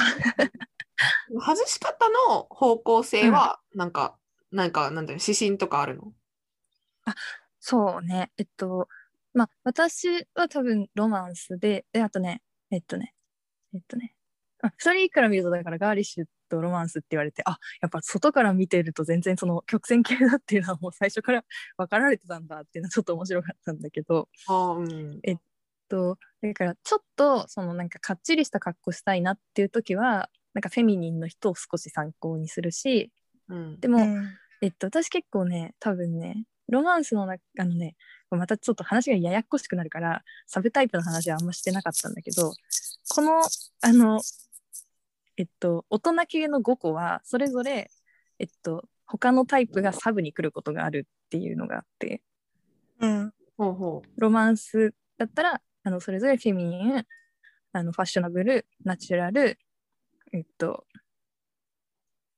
[SPEAKER 2] 外し方の方向性は、なんか、なんか、なんだろう、指針とかあるの
[SPEAKER 3] そうねえっとまあ私は多分ロマンスで、であとね、えっとね、えっとね、あ二人から見るとだからガーリッシュとロマンスって言われて、あやっぱ外から見てると全然その曲線系だっていうのはもう最初から分かられてたんだっていうのはちょっと面白かったんだけど、
[SPEAKER 2] あーうん。
[SPEAKER 3] とだからちょっとそのなんかかっちりした格好したいなっていう時はなんかフェミニンの人を少し参考にするし
[SPEAKER 2] うん。
[SPEAKER 3] でも、えっと、私結構ね多分ねロマンスの中あのねまたちょっと話がややこしくなるからサブタイプの話はあんましてなかったんだけどこのあのえっと大人系の5個はそれぞれえっと他のタイプがサブに来ることがあるっていうのがあって、
[SPEAKER 1] うん、
[SPEAKER 2] ほうほう。
[SPEAKER 3] ロマンスだったらあのそれぞれフェミニンあのファッショナブルナチュラルえっと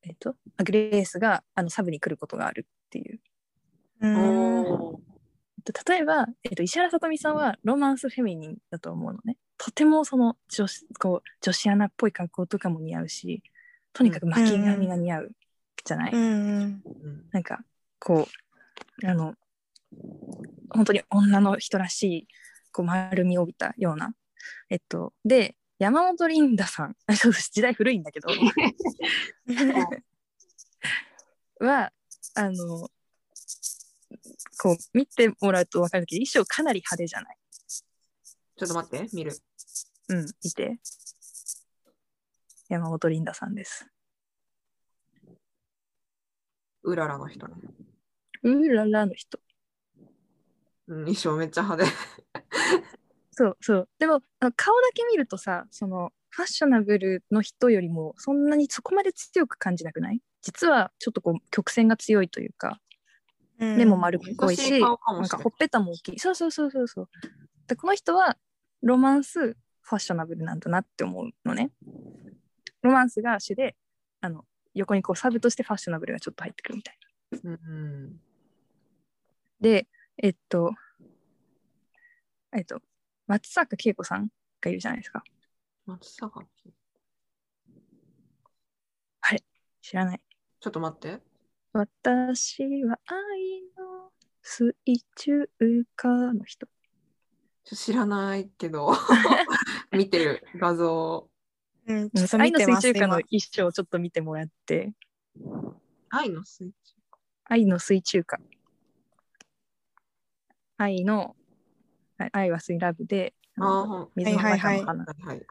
[SPEAKER 3] えっとあグレースがあのサブに来ることがあるっていう、
[SPEAKER 1] うん、うん
[SPEAKER 2] おー
[SPEAKER 3] えっと、例えば、えっと、石原さとみさんはロマンスフェミニンだと思うのねとてもその女子こう女子アナっぽい格好とかも似合うしとにかく巻き髪が似合うじゃない、
[SPEAKER 1] うん、
[SPEAKER 2] うん
[SPEAKER 3] なんかこうあの本当に女の人らしいこう丸みを帯びたようなえっとで山本リンダさん ちょっと時代古いんだけどはあのこう見てもらうと分かるけど衣装かなり派手じゃない
[SPEAKER 2] ちょっと待って、見る。
[SPEAKER 3] うん見て山本リンダさんです
[SPEAKER 2] うららの人ね。
[SPEAKER 3] うららの人
[SPEAKER 2] うん、衣装めっちゃ派手。
[SPEAKER 3] そうそうでもあの顔だけ見るとさそのファッショナブルの人よりもそんなにそこまで強く感じなくない実はちょっとこう曲線が強いというか
[SPEAKER 1] うん
[SPEAKER 3] 目も丸っこい
[SPEAKER 2] 優し
[SPEAKER 3] し、
[SPEAKER 2] い顔か
[SPEAKER 3] な
[SPEAKER 2] も
[SPEAKER 3] ん
[SPEAKER 2] しれ
[SPEAKER 3] か
[SPEAKER 2] ない
[SPEAKER 3] ほっぺたも大きいそうそうそうそうそうでこの人はロマンスファッショナブルなんだなって思うのねロマンスが主であの横にこうサブとしてファッショナブルがちょっと入ってくるみたいな
[SPEAKER 2] うん。
[SPEAKER 3] で、えっと、えっと、松坂慶子さんがいるじゃないですか。
[SPEAKER 2] 松坂君
[SPEAKER 3] 知らない。
[SPEAKER 2] ちょっと待って。
[SPEAKER 3] 私は愛の水中化の人。
[SPEAKER 2] ちょ知らないけど、見てる画像。
[SPEAKER 1] うん、ちょっと
[SPEAKER 3] 愛
[SPEAKER 1] 見
[SPEAKER 3] の
[SPEAKER 1] てます
[SPEAKER 3] 水中化の
[SPEAKER 1] 今
[SPEAKER 3] 衣装をちょっと見てもらって、
[SPEAKER 2] 愛のスイッチ。
[SPEAKER 3] 愛の水中化。愛の、あ愛は水ラブで、
[SPEAKER 2] あーほん
[SPEAKER 3] 水の中の花。
[SPEAKER 1] はいはい
[SPEAKER 2] はいはい。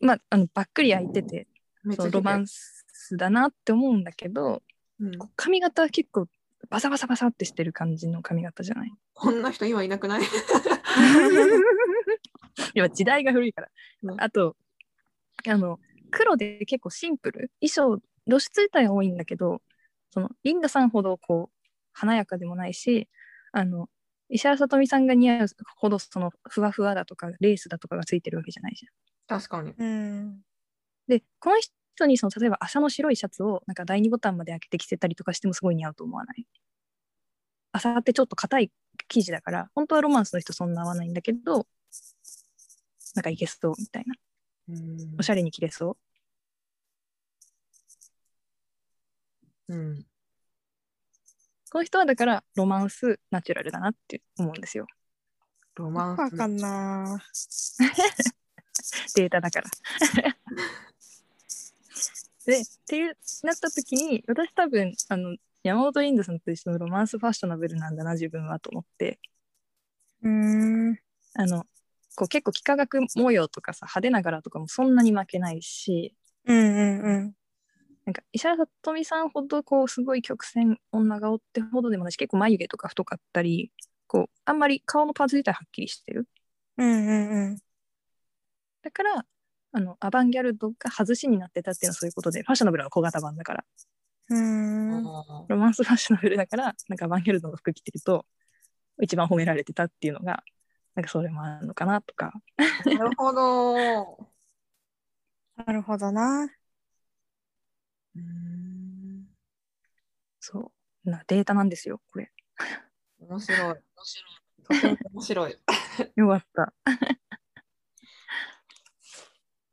[SPEAKER 3] まあ、あのばっくり開いてて、
[SPEAKER 2] めっち
[SPEAKER 3] そ
[SPEAKER 2] ゃ
[SPEAKER 3] のロマン
[SPEAKER 2] ス。
[SPEAKER 3] スだなって思うんだけど、
[SPEAKER 2] うん
[SPEAKER 3] 髪型は結構バサバサバサってしてる感じの髪型じ ゃない
[SPEAKER 2] こんな人今いなくない
[SPEAKER 3] 今時代が古いから、
[SPEAKER 2] うん
[SPEAKER 3] あとあの黒で結構シンプル衣装露出自体は多いんだけどそのリンダさんほどこう華やかでもないしあの石原さとみさんが似合うほどそのふわふわだとかレースだとかがついてるわけじゃないじゃん。
[SPEAKER 2] 確かに。
[SPEAKER 1] うん、
[SPEAKER 3] でこの人にその例えば朝の白いシャツをなんか第二ボタンまで開けて着せたりとかしてもすごい似合うと思わない朝ってちょっと硬い生地だから本当はロマンスの人そんな合わないんだけどなんかいけそうみたいなおしゃれに着れそう
[SPEAKER 2] うん。
[SPEAKER 3] この人はだからロマンスナチュラルだなって思うんですよ
[SPEAKER 2] ロマ
[SPEAKER 1] わ
[SPEAKER 2] ン
[SPEAKER 1] か
[SPEAKER 2] ス。
[SPEAKER 1] んな
[SPEAKER 3] データだから。 でっていうなった時に私多分あの山本インドさんと一緒のロマンスファッショナブルなんだな自分はと思って
[SPEAKER 1] うん、
[SPEAKER 3] あのこう結構幾何学模様とかさ派手な柄とかもそんなに負けないし
[SPEAKER 1] うんうんうん
[SPEAKER 3] なんか石原さとみさんほどこうすごい曲線女顔ってほどでもないし結構眉毛とか太かったりこうあんまり顔のパーツ自体はっきりしてる
[SPEAKER 1] うんうんうん
[SPEAKER 3] だからあのアバンギャルドが外しになってたっていうのはそういうことでファッショナブルの小型版だから
[SPEAKER 1] うん
[SPEAKER 2] あー
[SPEAKER 3] ロマンスファッショナブルだからなんかアバンギャルドの服着てると一番褒められてたっていうのがなんかそれもあるのかなとか
[SPEAKER 2] なるほど。
[SPEAKER 1] なるほど な。
[SPEAKER 2] うん
[SPEAKER 3] そうなデータなんですよこれ
[SPEAKER 2] 面白い。面白い。とても面白い。
[SPEAKER 3] よかった。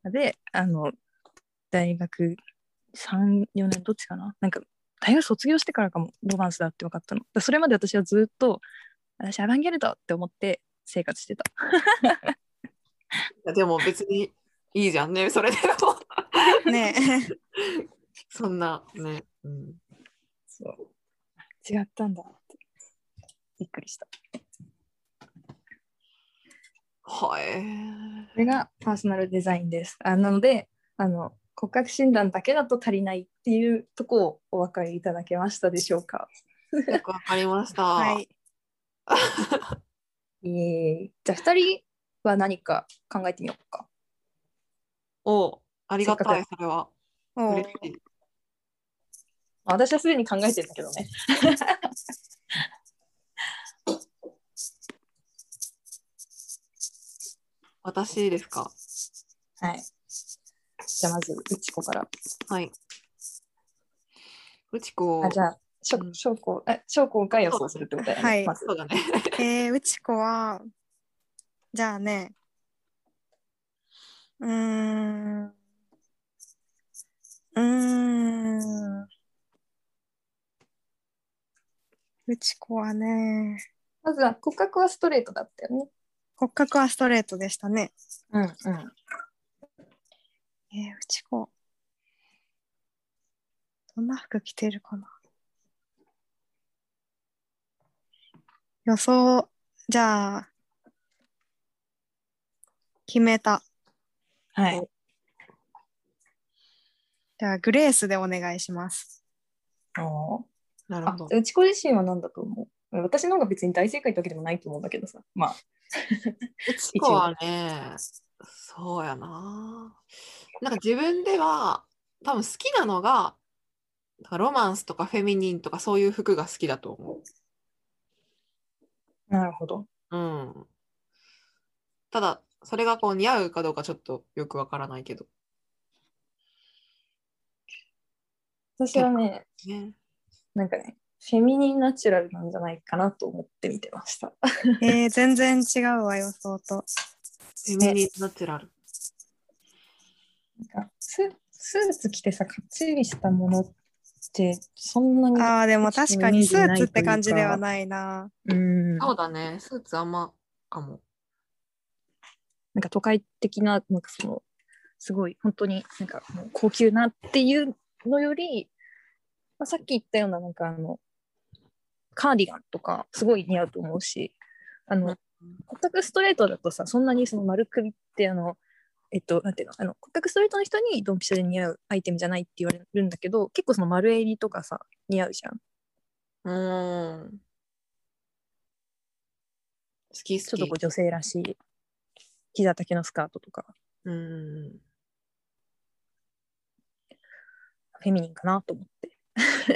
[SPEAKER 3] で、あの、大学3、4年、どっちかななんか、大学卒業してからかも、ロマンスだって分かったの。だそれまで私はずっと、私アバンギャルドって思って生活してた。
[SPEAKER 2] でも別にいいじゃんね、それでも。
[SPEAKER 1] ねえ
[SPEAKER 2] そんな、ね。うん、
[SPEAKER 3] 違ったんだって。びっくりした。
[SPEAKER 2] はい、
[SPEAKER 3] これがパーソナルデザインです。あなのであの骨格診断だけだと足りないっていうとこをお分かりいただけましたでしょうか。
[SPEAKER 2] よくわかりました。
[SPEAKER 1] はい。
[SPEAKER 3] えー、じゃあ2人は何か考えてみようか。
[SPEAKER 2] おありがた
[SPEAKER 3] せ
[SPEAKER 2] い、
[SPEAKER 3] っ
[SPEAKER 2] それは。
[SPEAKER 1] お
[SPEAKER 2] 嬉しい
[SPEAKER 3] まあ私はすでに考えてるんだけどね。
[SPEAKER 2] 私ですか。
[SPEAKER 3] はい。じゃあまずうちこから。
[SPEAKER 2] はい。うちこ
[SPEAKER 3] あ、じゃあしょ
[SPEAKER 2] うん
[SPEAKER 3] しょうこえしょうこが予想するってことだよね。
[SPEAKER 1] はい
[SPEAKER 3] まず
[SPEAKER 2] そうだね。
[SPEAKER 1] えー、うちこは、じゃあね、うーん、うーん、うちこはね、
[SPEAKER 3] まずは骨格はストレートだったよね。
[SPEAKER 1] 骨格はストレートでしたね。
[SPEAKER 3] うんうん。
[SPEAKER 1] えー、うちこ。どんな服着てるかな予想、じゃあ、決めた。
[SPEAKER 3] はい。
[SPEAKER 1] じゃあ、グレースでお願いします。
[SPEAKER 3] おー
[SPEAKER 2] なる
[SPEAKER 3] あ
[SPEAKER 2] ほど。
[SPEAKER 3] うち子自身は何だと思う私の方が別に大正解ってわけでもないと思うんだけどさ。まあ、
[SPEAKER 2] うちこはね、そうやな。なんか自分では、多分好きなのが、だからロマンスとかフェミニンとかそういう服が好きだと思
[SPEAKER 3] なるほど。
[SPEAKER 2] う。うん。ただ、それがこう似合うかどうかちょっとよくわからないけど。
[SPEAKER 3] 私はね、
[SPEAKER 2] ね。
[SPEAKER 3] なんかね、フェミニンナチュラルなんじゃないかなと思って見てました。
[SPEAKER 1] えー、全然違うわ、予想と。
[SPEAKER 2] フェミニンナチュラル。
[SPEAKER 3] なんかススーツ着てさ、かっちりしたものって、そんなに。
[SPEAKER 1] ああ、でも確かにスーツって感じではないな。
[SPEAKER 3] うん。
[SPEAKER 2] そ
[SPEAKER 3] な
[SPEAKER 2] うだね。スーツあんまかも。
[SPEAKER 3] んか都会的な、なんかその、すごい、本当になんかもう高級なっていうのより、まあ、さっき言ったような、なんかあの、カーディガンとか、すごい似合うと思うし、あの、骨格ストレートだとさそんなにその丸首ってあのえっとなんていうのあの骨格ストレートの人にドンピシャで似合うアイテムじゃないって言われるんだけど結構その丸襟とかさ似合うじゃん
[SPEAKER 2] うーん。好き
[SPEAKER 3] ち
[SPEAKER 2] 好
[SPEAKER 3] ょっと
[SPEAKER 2] き
[SPEAKER 3] こう。女性らしい膝丈のスカートとか
[SPEAKER 2] うん。
[SPEAKER 3] フェミニンかなと思って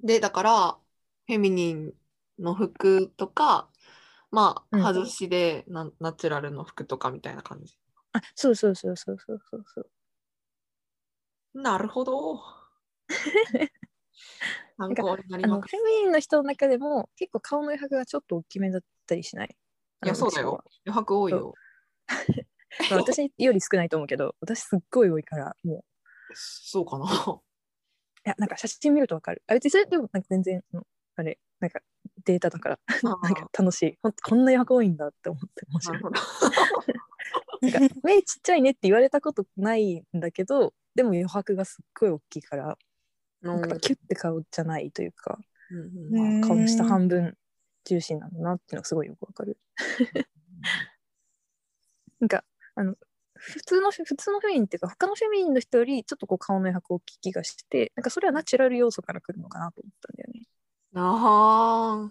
[SPEAKER 2] で、だから、フェミニンの服とか、ま
[SPEAKER 3] う
[SPEAKER 2] あ、
[SPEAKER 3] ん
[SPEAKER 2] 外しでナ,、ナチュラルの服とかみたいな感じ。
[SPEAKER 3] あそうそうそうそうそうそうそう
[SPEAKER 2] なるほ ど。参考になり
[SPEAKER 3] あの
[SPEAKER 2] ま
[SPEAKER 3] フ
[SPEAKER 2] く
[SPEAKER 3] ェミニンの人の中でも結構顔の余白がちょっと大きめだったりしない
[SPEAKER 2] いや、そうだよ。余白多いよ。
[SPEAKER 3] 私はまあ私より少ないと思うけど私すっごい多いからもう
[SPEAKER 2] そうかな。
[SPEAKER 3] いや、なんか写真見るとわかる。あ、別にそれでもなんか全然、うんあれ、なんかデータだから、
[SPEAKER 2] あ
[SPEAKER 3] なんか楽しい。ほんとこんな役多いんだって思って
[SPEAKER 2] ー
[SPEAKER 3] 面
[SPEAKER 2] な
[SPEAKER 3] 白い
[SPEAKER 2] る。ほど。
[SPEAKER 3] なんか目ちっちゃいねって言われたことないんだけど、でも余白がすっごい大きいから、なん かキュッて顔じゃないというか、
[SPEAKER 2] うん
[SPEAKER 1] う
[SPEAKER 2] うん
[SPEAKER 1] ん
[SPEAKER 3] 顔の下半分重心なんだなっていうのがすごいよくわかる。 なんか、あの、普通の普通のフェミニンっていうか他のフェミニンの人よりちょっとこう顔の余白大きい気がしてなんかそれはナチュラル要素から来るのかなと思ったんだよね。
[SPEAKER 2] あー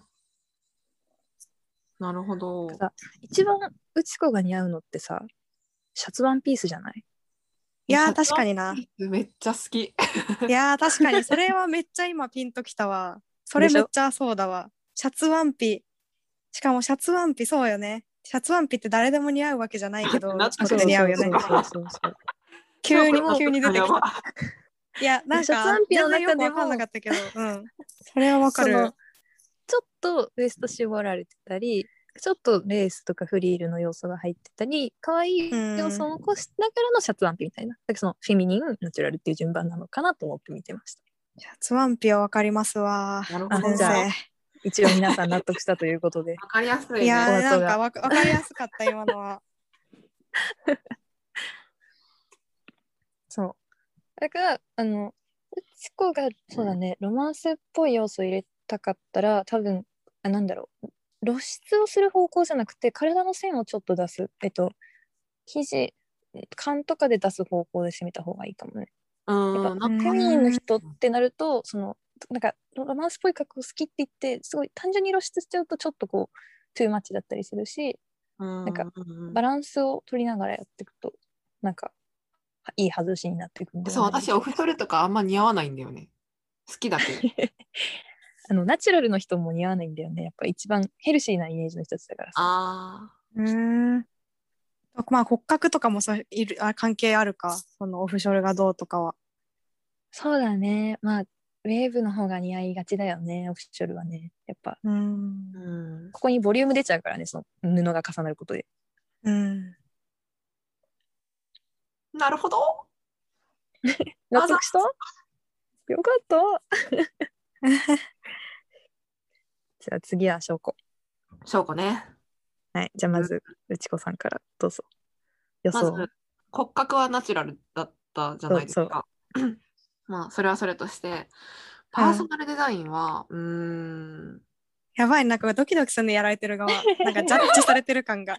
[SPEAKER 2] なるほど。
[SPEAKER 3] さ一番うち子が似合うのってさシャツワンピースじゃない
[SPEAKER 1] いやー、確かにな。
[SPEAKER 2] めっちゃ好き。
[SPEAKER 1] いやー、確かに、それはめっちゃ今ピンときたわ。それめっちゃそうだわ。シャツワンピ。しかもシャツワンピ、そうよね。シャツワンピって誰でも似合うわけじゃないけど、
[SPEAKER 2] な
[SPEAKER 1] うちこって似合うよね
[SPEAKER 3] そ。そうそうそう
[SPEAKER 1] 急に
[SPEAKER 2] そうか
[SPEAKER 1] 急に出てきた。いや、なん
[SPEAKER 3] シャツワ
[SPEAKER 1] か
[SPEAKER 3] ン、ピの
[SPEAKER 1] 全然
[SPEAKER 3] 中
[SPEAKER 1] よ
[SPEAKER 3] で
[SPEAKER 1] く
[SPEAKER 3] も
[SPEAKER 1] わかんなかったけど、うん。それはわか
[SPEAKER 3] そ
[SPEAKER 1] る
[SPEAKER 3] の。ちょっとウエスト絞られてたりちょっとレースとかフリールの要素が入ってたり可愛い要素を残しながらのシャツワンピみたいなだからそのフェミニンナチュラルっていう順番なのかなと思って見てました
[SPEAKER 1] シャツワンピはわかりますわ。
[SPEAKER 2] なるほ
[SPEAKER 3] あ
[SPEAKER 2] ど
[SPEAKER 1] 先
[SPEAKER 3] じゃあ
[SPEAKER 1] 生。
[SPEAKER 3] 一応皆さん納得したということで
[SPEAKER 2] わかりやすいね。
[SPEAKER 1] いや
[SPEAKER 3] お
[SPEAKER 1] ーな
[SPEAKER 3] 後が
[SPEAKER 1] んかわかわかりやすかった今のは。
[SPEAKER 3] そうだからあのうちこがそうだねロマンスっぽい要素を入れたかったら多分あなんだろう露出をする方向じゃなくて体の線をちょっと出すえっと肘勘とかで出す方向で攻めた方がいいかもね
[SPEAKER 2] うん、
[SPEAKER 3] やっ
[SPEAKER 2] な
[SPEAKER 3] ぱ
[SPEAKER 2] ん
[SPEAKER 1] ん
[SPEAKER 3] フェミニンの人ってなるとそのなんかロマンスっぽい格好好きって言ってすごい単純に露出しちゃうとちょっとこうトゥーマッチだったりするし
[SPEAKER 2] うん
[SPEAKER 3] なんか
[SPEAKER 2] うん
[SPEAKER 3] バランスを取りながらやっていくとなんかはいい外しになっていくんでは
[SPEAKER 2] そう、
[SPEAKER 3] ないでし
[SPEAKER 2] 私
[SPEAKER 3] ょ
[SPEAKER 2] オ
[SPEAKER 3] うか
[SPEAKER 2] フトレとかあんま似合わないんだよね。好きだけど。
[SPEAKER 3] あのナチュラルの人も似合わないんだよねやっぱ一番ヘルシーなイメージの一つだからさ
[SPEAKER 2] あ
[SPEAKER 1] うん。まあ骨格とかもそういるあ関係あるかそのオフショルがどうとかは。
[SPEAKER 3] そうだねまあウェーブの方が似合いがちだよねオフショルはねやっぱ
[SPEAKER 1] うん
[SPEAKER 2] あ、。うん。
[SPEAKER 3] ここにボリューム出ちゃうからねその布が重なることで
[SPEAKER 1] うん。
[SPEAKER 2] なるほど。あ
[SPEAKER 3] 納得したよかった じゃあ次は翔子
[SPEAKER 2] 証拠ね。
[SPEAKER 3] はいじゃあまず内子さんからどうぞ予
[SPEAKER 2] まず
[SPEAKER 3] 想、
[SPEAKER 2] 骨格はナチュラルだったじゃないですか。 まあ、それはそれとして、パーソナルデザインは、うーん、
[SPEAKER 1] やばいなんかドキドキするねやられて る側なんかジャッジされてる感が。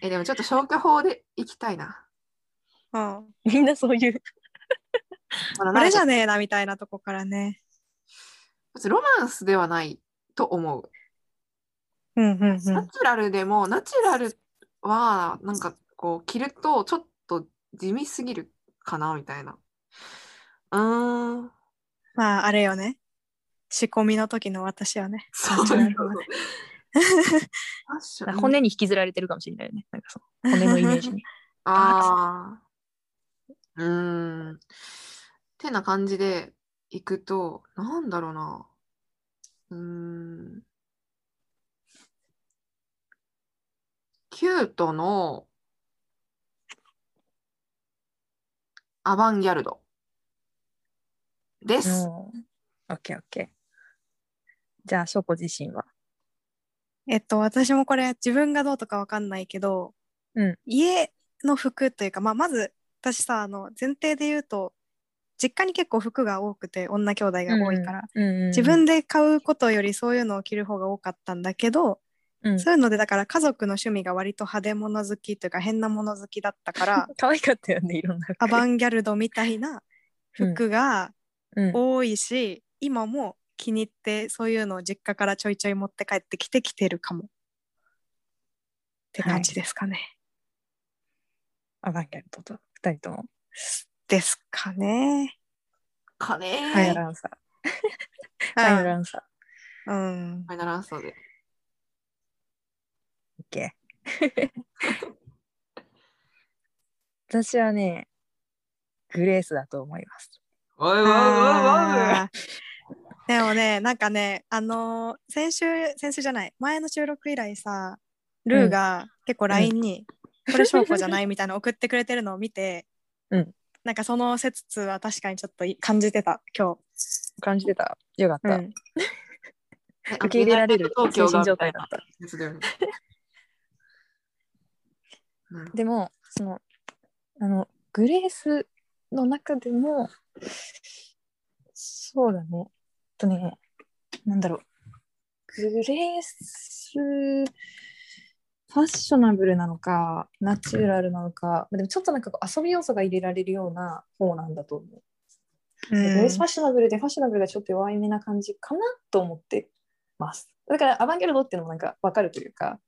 [SPEAKER 2] え、でもちょっと消去法でいきたいな。
[SPEAKER 1] うん。
[SPEAKER 3] みんなそういう
[SPEAKER 2] ま
[SPEAKER 1] これじ
[SPEAKER 2] ちょ
[SPEAKER 1] ゃねえなみたいなとこからね。
[SPEAKER 2] っとロマンスではないと思う。
[SPEAKER 1] うんうんうん。
[SPEAKER 2] ナチュラルでも、ナチュラルは、なんかこう、着ると、ちょっと地味すぎるかな、みたいな。うーん。
[SPEAKER 1] まああれよね。仕込みの時の私はね。
[SPEAKER 2] そう
[SPEAKER 1] ナチュラルはね
[SPEAKER 2] ファッション
[SPEAKER 3] 骨に引きずられてるかもしれないよねなんかその骨のイメージ に
[SPEAKER 2] ああ。うーん。てな感じで行くと、なんだろうな。うーん。キュートのアバンギャルドです。
[SPEAKER 3] オッケーオッケーじゃあ翔子自身は
[SPEAKER 1] えっと私もこれ自分がどうとかわかんないけど、
[SPEAKER 3] うん
[SPEAKER 1] 家の服というか、まあ、まず私さあの前提で言うと実家に結構服が多くて女兄弟が多いから、
[SPEAKER 3] うんうんうん
[SPEAKER 1] 自分で買うことよりそういうのを着る方が多かったんだけど、
[SPEAKER 3] うん
[SPEAKER 1] そういうのでだから家族の趣味が割と派手物好きというか変な物好きだったから
[SPEAKER 3] 可愛かったよねいろんな
[SPEAKER 1] アバ
[SPEAKER 3] ン、
[SPEAKER 1] ンギャルドみたいな服が
[SPEAKER 3] うん
[SPEAKER 1] 多いし、今も気に入ってそういうのを実家からちょいちょい持って帰ってきて着てるかも。って感じですかね。
[SPEAKER 3] アバンギャルドと二人とも
[SPEAKER 1] ですかね。
[SPEAKER 2] かねー
[SPEAKER 3] ファイナルアンサーファイナルアンサー
[SPEAKER 1] うん
[SPEAKER 2] ファイナルアンサーで。
[SPEAKER 3] オッケー 私はねグレースだと思います
[SPEAKER 2] おいおいおいおい
[SPEAKER 1] あー でもねなんかねあのー先週先週じゃない前の収録以来さルーが結構 LINE に「これ証拠じゃない?」みたいなの送ってくれてるのを見て、
[SPEAKER 3] うん
[SPEAKER 1] なんかその説は確かにちょっとい感じてた今
[SPEAKER 3] 感じてたよかっ
[SPEAKER 1] 日、
[SPEAKER 3] た、
[SPEAKER 1] うん
[SPEAKER 2] え
[SPEAKER 3] 受け入れられる
[SPEAKER 2] 東京
[SPEAKER 3] 精
[SPEAKER 2] が
[SPEAKER 3] 神状態だった
[SPEAKER 2] やつだよね。なるほど
[SPEAKER 3] でもそのあのグレースの中でもそうだねえっとねなんだろうグレースファッショナブルなのかナチュラルなのかでもちょっとなんかこう遊び要素が入れられるような方なんだと思う、
[SPEAKER 1] うん
[SPEAKER 3] グレースファッショナブルでファッショナブルがちょっと弱いめな感じかなと思ってますだからアバンギャルドっていうのもなんか分かるというか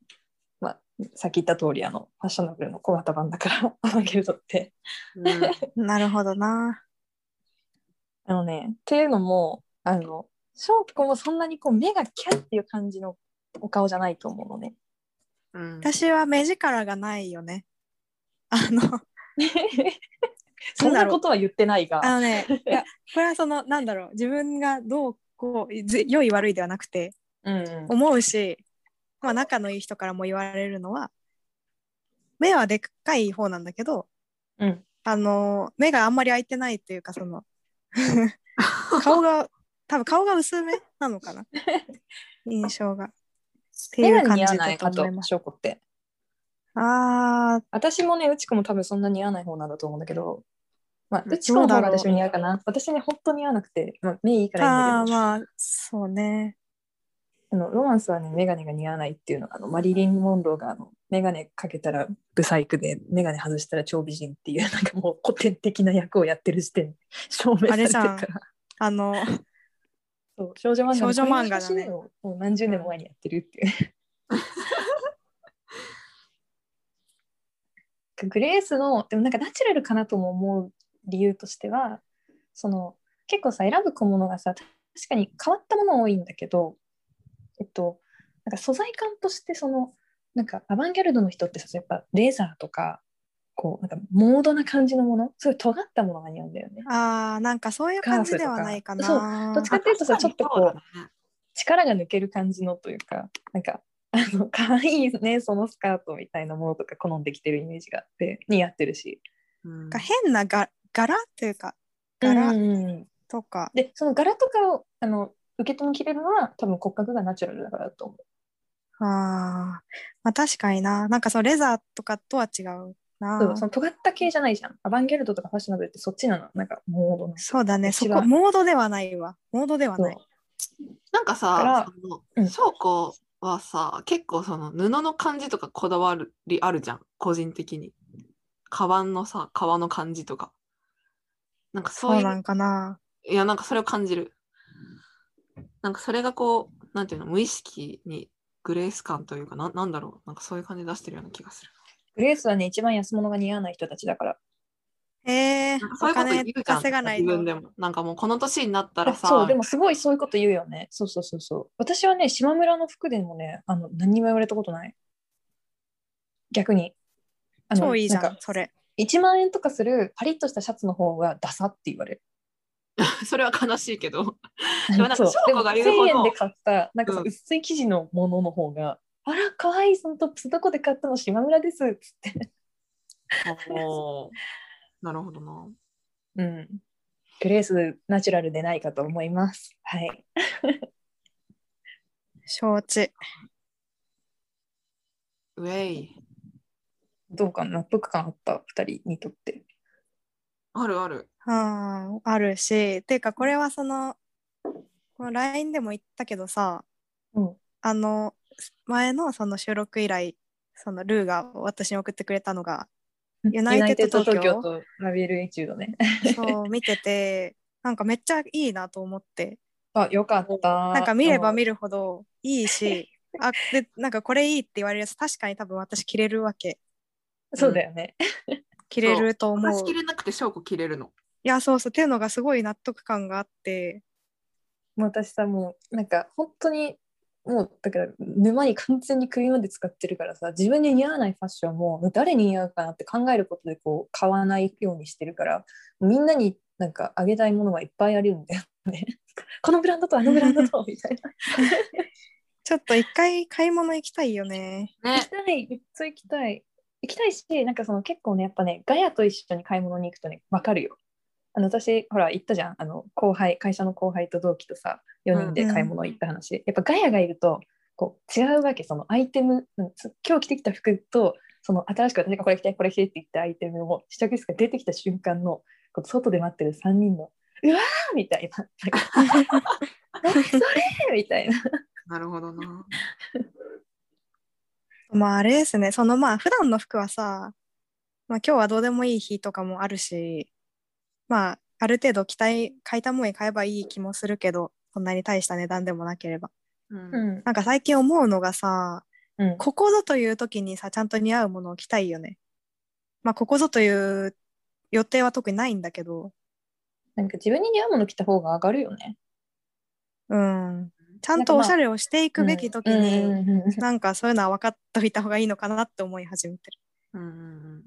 [SPEAKER 3] まあさっき言った通りあのファッショナブルの小型版だから アバンギャルドって
[SPEAKER 2] うん
[SPEAKER 1] なるほどな。
[SPEAKER 3] あのねっていうのもあの翔子もそんなにこう目がキャンっていう感じのお顔じゃないと思う のね
[SPEAKER 2] うん
[SPEAKER 1] 私は目力がないよね。あの
[SPEAKER 3] そんなことは言ってないが
[SPEAKER 1] あのねいやこれはそのなんだろう自分がどうこうぜ良い悪いではなくて
[SPEAKER 3] うん うん
[SPEAKER 1] 思うし、まあ、仲のいい人からも言われるのは目はでっかい方なんだけど
[SPEAKER 3] うん
[SPEAKER 1] あの目があんまり開いてないっていうかその顔が多分顔が薄めなのかな印象が。って
[SPEAKER 3] メ
[SPEAKER 1] いう
[SPEAKER 3] ガネ
[SPEAKER 1] 感じ
[SPEAKER 3] 似合わな
[SPEAKER 1] だ
[SPEAKER 3] い
[SPEAKER 1] と
[SPEAKER 3] かと
[SPEAKER 1] 思い
[SPEAKER 3] 思い
[SPEAKER 1] ます。
[SPEAKER 3] ましょうこって。
[SPEAKER 1] あ
[SPEAKER 3] 私もね、うちこも多分そんなに似合わない方なんだと思うんだけど、まあ、
[SPEAKER 1] うん
[SPEAKER 3] うちこの方が
[SPEAKER 1] どうだろう
[SPEAKER 3] 私も似合うかな。私ね、本当に似合わなくて、まあ、目いいか
[SPEAKER 1] ー
[SPEAKER 3] らいい
[SPEAKER 1] あー
[SPEAKER 3] んだけど、
[SPEAKER 1] まあそうね。
[SPEAKER 3] あのロマンスはね、メガネが似合わないっていうのが、あのマリリン・モンローがあのメガネかけたらブサイクで、メガネ外したら超美人っていう、なんかもう古典的な役をやってる時点で証明されてるか
[SPEAKER 1] あれじ
[SPEAKER 3] ら。
[SPEAKER 1] あの
[SPEAKER 3] そう少女漫画
[SPEAKER 1] 少女漫画だね
[SPEAKER 3] こういう話をもう何十年も前にやってるっていう。 グレースのでもなんかナチュラルかなとも思う理由としてはその結構さ選ぶ小物がさ確かに変わったもの多いんだけどえっとなんか素材感としてそのなんかアバンギャルドの人ってさやっぱレザーとかこうなんかモードな感じのものすごい尖ったものが似合うんだよね。
[SPEAKER 1] あーなんかそういう感じではないかな。
[SPEAKER 3] カーフとどっちかっていうとさちょっとこう
[SPEAKER 2] そうだね
[SPEAKER 3] 力が抜ける感じのというかなんかあの可愛いねそのスカートみたいなものとか好んできてるイメージがあって似合ってるし
[SPEAKER 2] うん
[SPEAKER 1] なんか変なが柄というか
[SPEAKER 3] う
[SPEAKER 1] 柄
[SPEAKER 3] んうんうん
[SPEAKER 1] とか、
[SPEAKER 3] でその柄とかをあの受け止めきれるのは多分骨格がナチュラルだからだと思う
[SPEAKER 1] あーまあ確かにななんかそのレザーとかとは違うな
[SPEAKER 3] そうその尖った系じゃないじゃんアバンギャルドとかファッショナブルってそっちなのなんかモードな
[SPEAKER 1] そうだね
[SPEAKER 3] 一
[SPEAKER 1] そ
[SPEAKER 3] 番
[SPEAKER 1] こモードではないわモードではない
[SPEAKER 3] そう
[SPEAKER 2] なんか
[SPEAKER 3] だから
[SPEAKER 2] さ、そ
[SPEAKER 3] うん
[SPEAKER 2] の翔子はさ、結構その布の感じとかこだわりあるじゃん、個人的に。カバンのさ、革の感じとか。なんかそう
[SPEAKER 1] そ
[SPEAKER 2] いうう、
[SPEAKER 1] なんかない
[SPEAKER 2] や、なんかそれを感じる。なんかそれがこう、なんていうの、無意識にグレース感というか、ななんだろう、なんかそういう感じ出してるような気がする。
[SPEAKER 3] グレースはね一番安物が似合わない人たちだから
[SPEAKER 1] えー
[SPEAKER 2] なんか、そうい
[SPEAKER 1] お
[SPEAKER 2] うこと言
[SPEAKER 1] 金
[SPEAKER 2] うじゃん、
[SPEAKER 1] 稼がない
[SPEAKER 2] 自分
[SPEAKER 1] と
[SPEAKER 2] でも。なんかもうこの年になったらさ、
[SPEAKER 3] そうでもすごいそういうこと言うよねそうそうそうそう私はね島村の服でもねあの何にも言われたことない逆にあの
[SPEAKER 1] 超いいじゃ
[SPEAKER 3] なんか
[SPEAKER 1] それ
[SPEAKER 3] 1万円とかするパリッとしたシャツの方がダサって言われる。
[SPEAKER 2] それは悲しいけど。 でもなんか
[SPEAKER 3] そう
[SPEAKER 2] 翔子が言うほど
[SPEAKER 3] でも1000円で買ったなんかさ
[SPEAKER 2] うん
[SPEAKER 3] 薄い生地のものの方が、あら可愛いそのトップスどこで買ったの島村ですっつって。
[SPEAKER 2] おー なるほどな。
[SPEAKER 3] うん。グレースナチュラルでないかと思います。はい。
[SPEAKER 1] 承知
[SPEAKER 2] ウェイ。
[SPEAKER 3] どうか納得感あった2人にとって。
[SPEAKER 2] あるある。
[SPEAKER 1] うんあるし、ていうかこれはその、この LINE でも言ったけどさ、
[SPEAKER 3] うん
[SPEAKER 1] あの、前のその収録以来、そのルーが私に送ってくれたの が、ユナイテッド東京
[SPEAKER 3] ユナイテッド東とラビエルエチュードね。
[SPEAKER 1] そう見てて、なんかめっちゃいいなと思って、
[SPEAKER 3] あ、よかった。
[SPEAKER 1] なんか見れば
[SPEAKER 3] る。
[SPEAKER 1] 見るほどいいし、あ、で、なんかこれいいって言われるやつ、確かに多分私着れるわけ、
[SPEAKER 3] そうだよね。
[SPEAKER 1] 着れると思う。
[SPEAKER 2] 私着れなくて翔子着れるの。
[SPEAKER 1] いや、そうそう、っていうのがすごい納得感があって、
[SPEAKER 3] もう私さ、もうなんか本当に、もうだから沼に完全に首まで使ってるからさ、自分に似合わないファッションも誰に似合うかなって考えることでこう買わないようにしてるから、みんなになんかあげたいものはいっぱいあるんだよね。 このブランドとあのブランドとみたいな。
[SPEAKER 1] ちょっと一回買い物行きたいよね。
[SPEAKER 3] 行
[SPEAKER 2] ね
[SPEAKER 3] き。たい、めっちゃ行きたい。行きたいし、なんかその結構ね、やっぱね、ガヤと一緒に買い物に行くとね、わかるよ。あの私、ほら、行ったじゃん、あの後輩、会社の後輩と同期とさ、4人で買い物行った話。やっぱガヤがいると、こう違うわけ、そのアイテム、うんつ今日着てきた服と、その新しく私がこれ着て、これ着てって言ったアイテムを試着室が出てきた瞬間の、こう外で待ってる3人の、うわーみたい な、なんか何それみたいな。
[SPEAKER 2] なるほどな。
[SPEAKER 1] まああれですね、そのまあ普段の服はさ、まあ今日はどうでもいい日とかもあるし、まあある程度期待、買いたもんに買えばいい気もするけど、そんなに大した値段でもなければ。
[SPEAKER 2] うん。
[SPEAKER 3] ん
[SPEAKER 1] なんか最近思うのがさ、
[SPEAKER 3] うん
[SPEAKER 1] ここぞという時にさ、ちゃんと似合うものを着たいよね。まあここぞという予定は特にないんだけど、
[SPEAKER 3] なんか自分に似合うもの着た方が上がるよね。
[SPEAKER 1] うん。ちゃんとおしゃれをしていくべき時
[SPEAKER 3] うん
[SPEAKER 1] に、
[SPEAKER 3] うんうんうん
[SPEAKER 1] なんかそういうのは分かっといた方がいいのかなって思い始めてる。
[SPEAKER 2] うんうんうん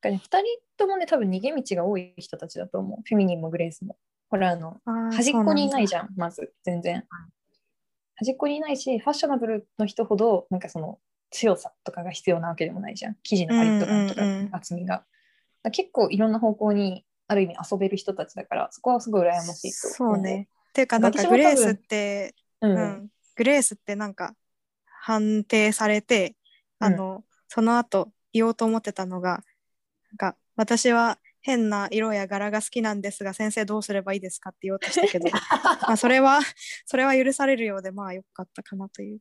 [SPEAKER 3] かね、2人ともね多分逃げ道が多い人たちだと思うフェミニンもグレースもほらあの
[SPEAKER 1] あー
[SPEAKER 3] 端っこにいない
[SPEAKER 1] そうなんだ
[SPEAKER 3] じゃんまず全然端っこにいないしファッショナブルの人ほどなんかその強さとかが必要なわけでもないじゃん生地のパリッと感とか
[SPEAKER 1] うんうんうん
[SPEAKER 3] 厚みが、だから結構いろんな方向にある意味遊べる人たちだからそこはすごい羨ましいと
[SPEAKER 1] そ
[SPEAKER 3] 思
[SPEAKER 1] うね。っていうかなんか
[SPEAKER 3] 私も
[SPEAKER 1] グ
[SPEAKER 3] 多分
[SPEAKER 1] レースって、
[SPEAKER 3] う
[SPEAKER 1] うん
[SPEAKER 3] ん、
[SPEAKER 1] グレースってなんか判定されてあの、その後言おうと思ってたのがなんか私は変な色や柄が好きなんですが先生どうすればいいですかって言おうとした けどまあそれはそれは許されるようでまあよかったかなという。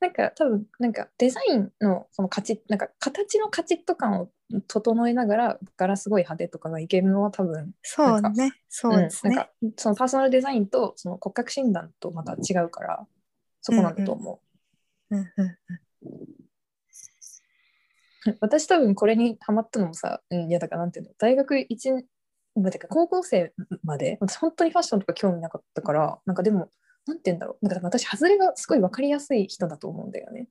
[SPEAKER 3] なんか多分なんかデザインのそのカチッなんか形のカチッと感を整えながら柄すごい派手とかがいけるのは多分
[SPEAKER 1] そう
[SPEAKER 3] なん
[SPEAKER 1] ねそうです
[SPEAKER 3] ん、な
[SPEAKER 1] ね
[SPEAKER 3] ん。かそのパーソナルデザインとその骨格診断とまた違うからそこなんだと思
[SPEAKER 1] うんうん
[SPEAKER 3] う、 私多分これにハマったのもさ、うん、いやだからなんていうの大学一年まてか高校生まで私本当にファッションとか興味なかったからなんかでもなんて言うんだろうなんか多分私外れがすごい分かりやすい人だと思うんだよね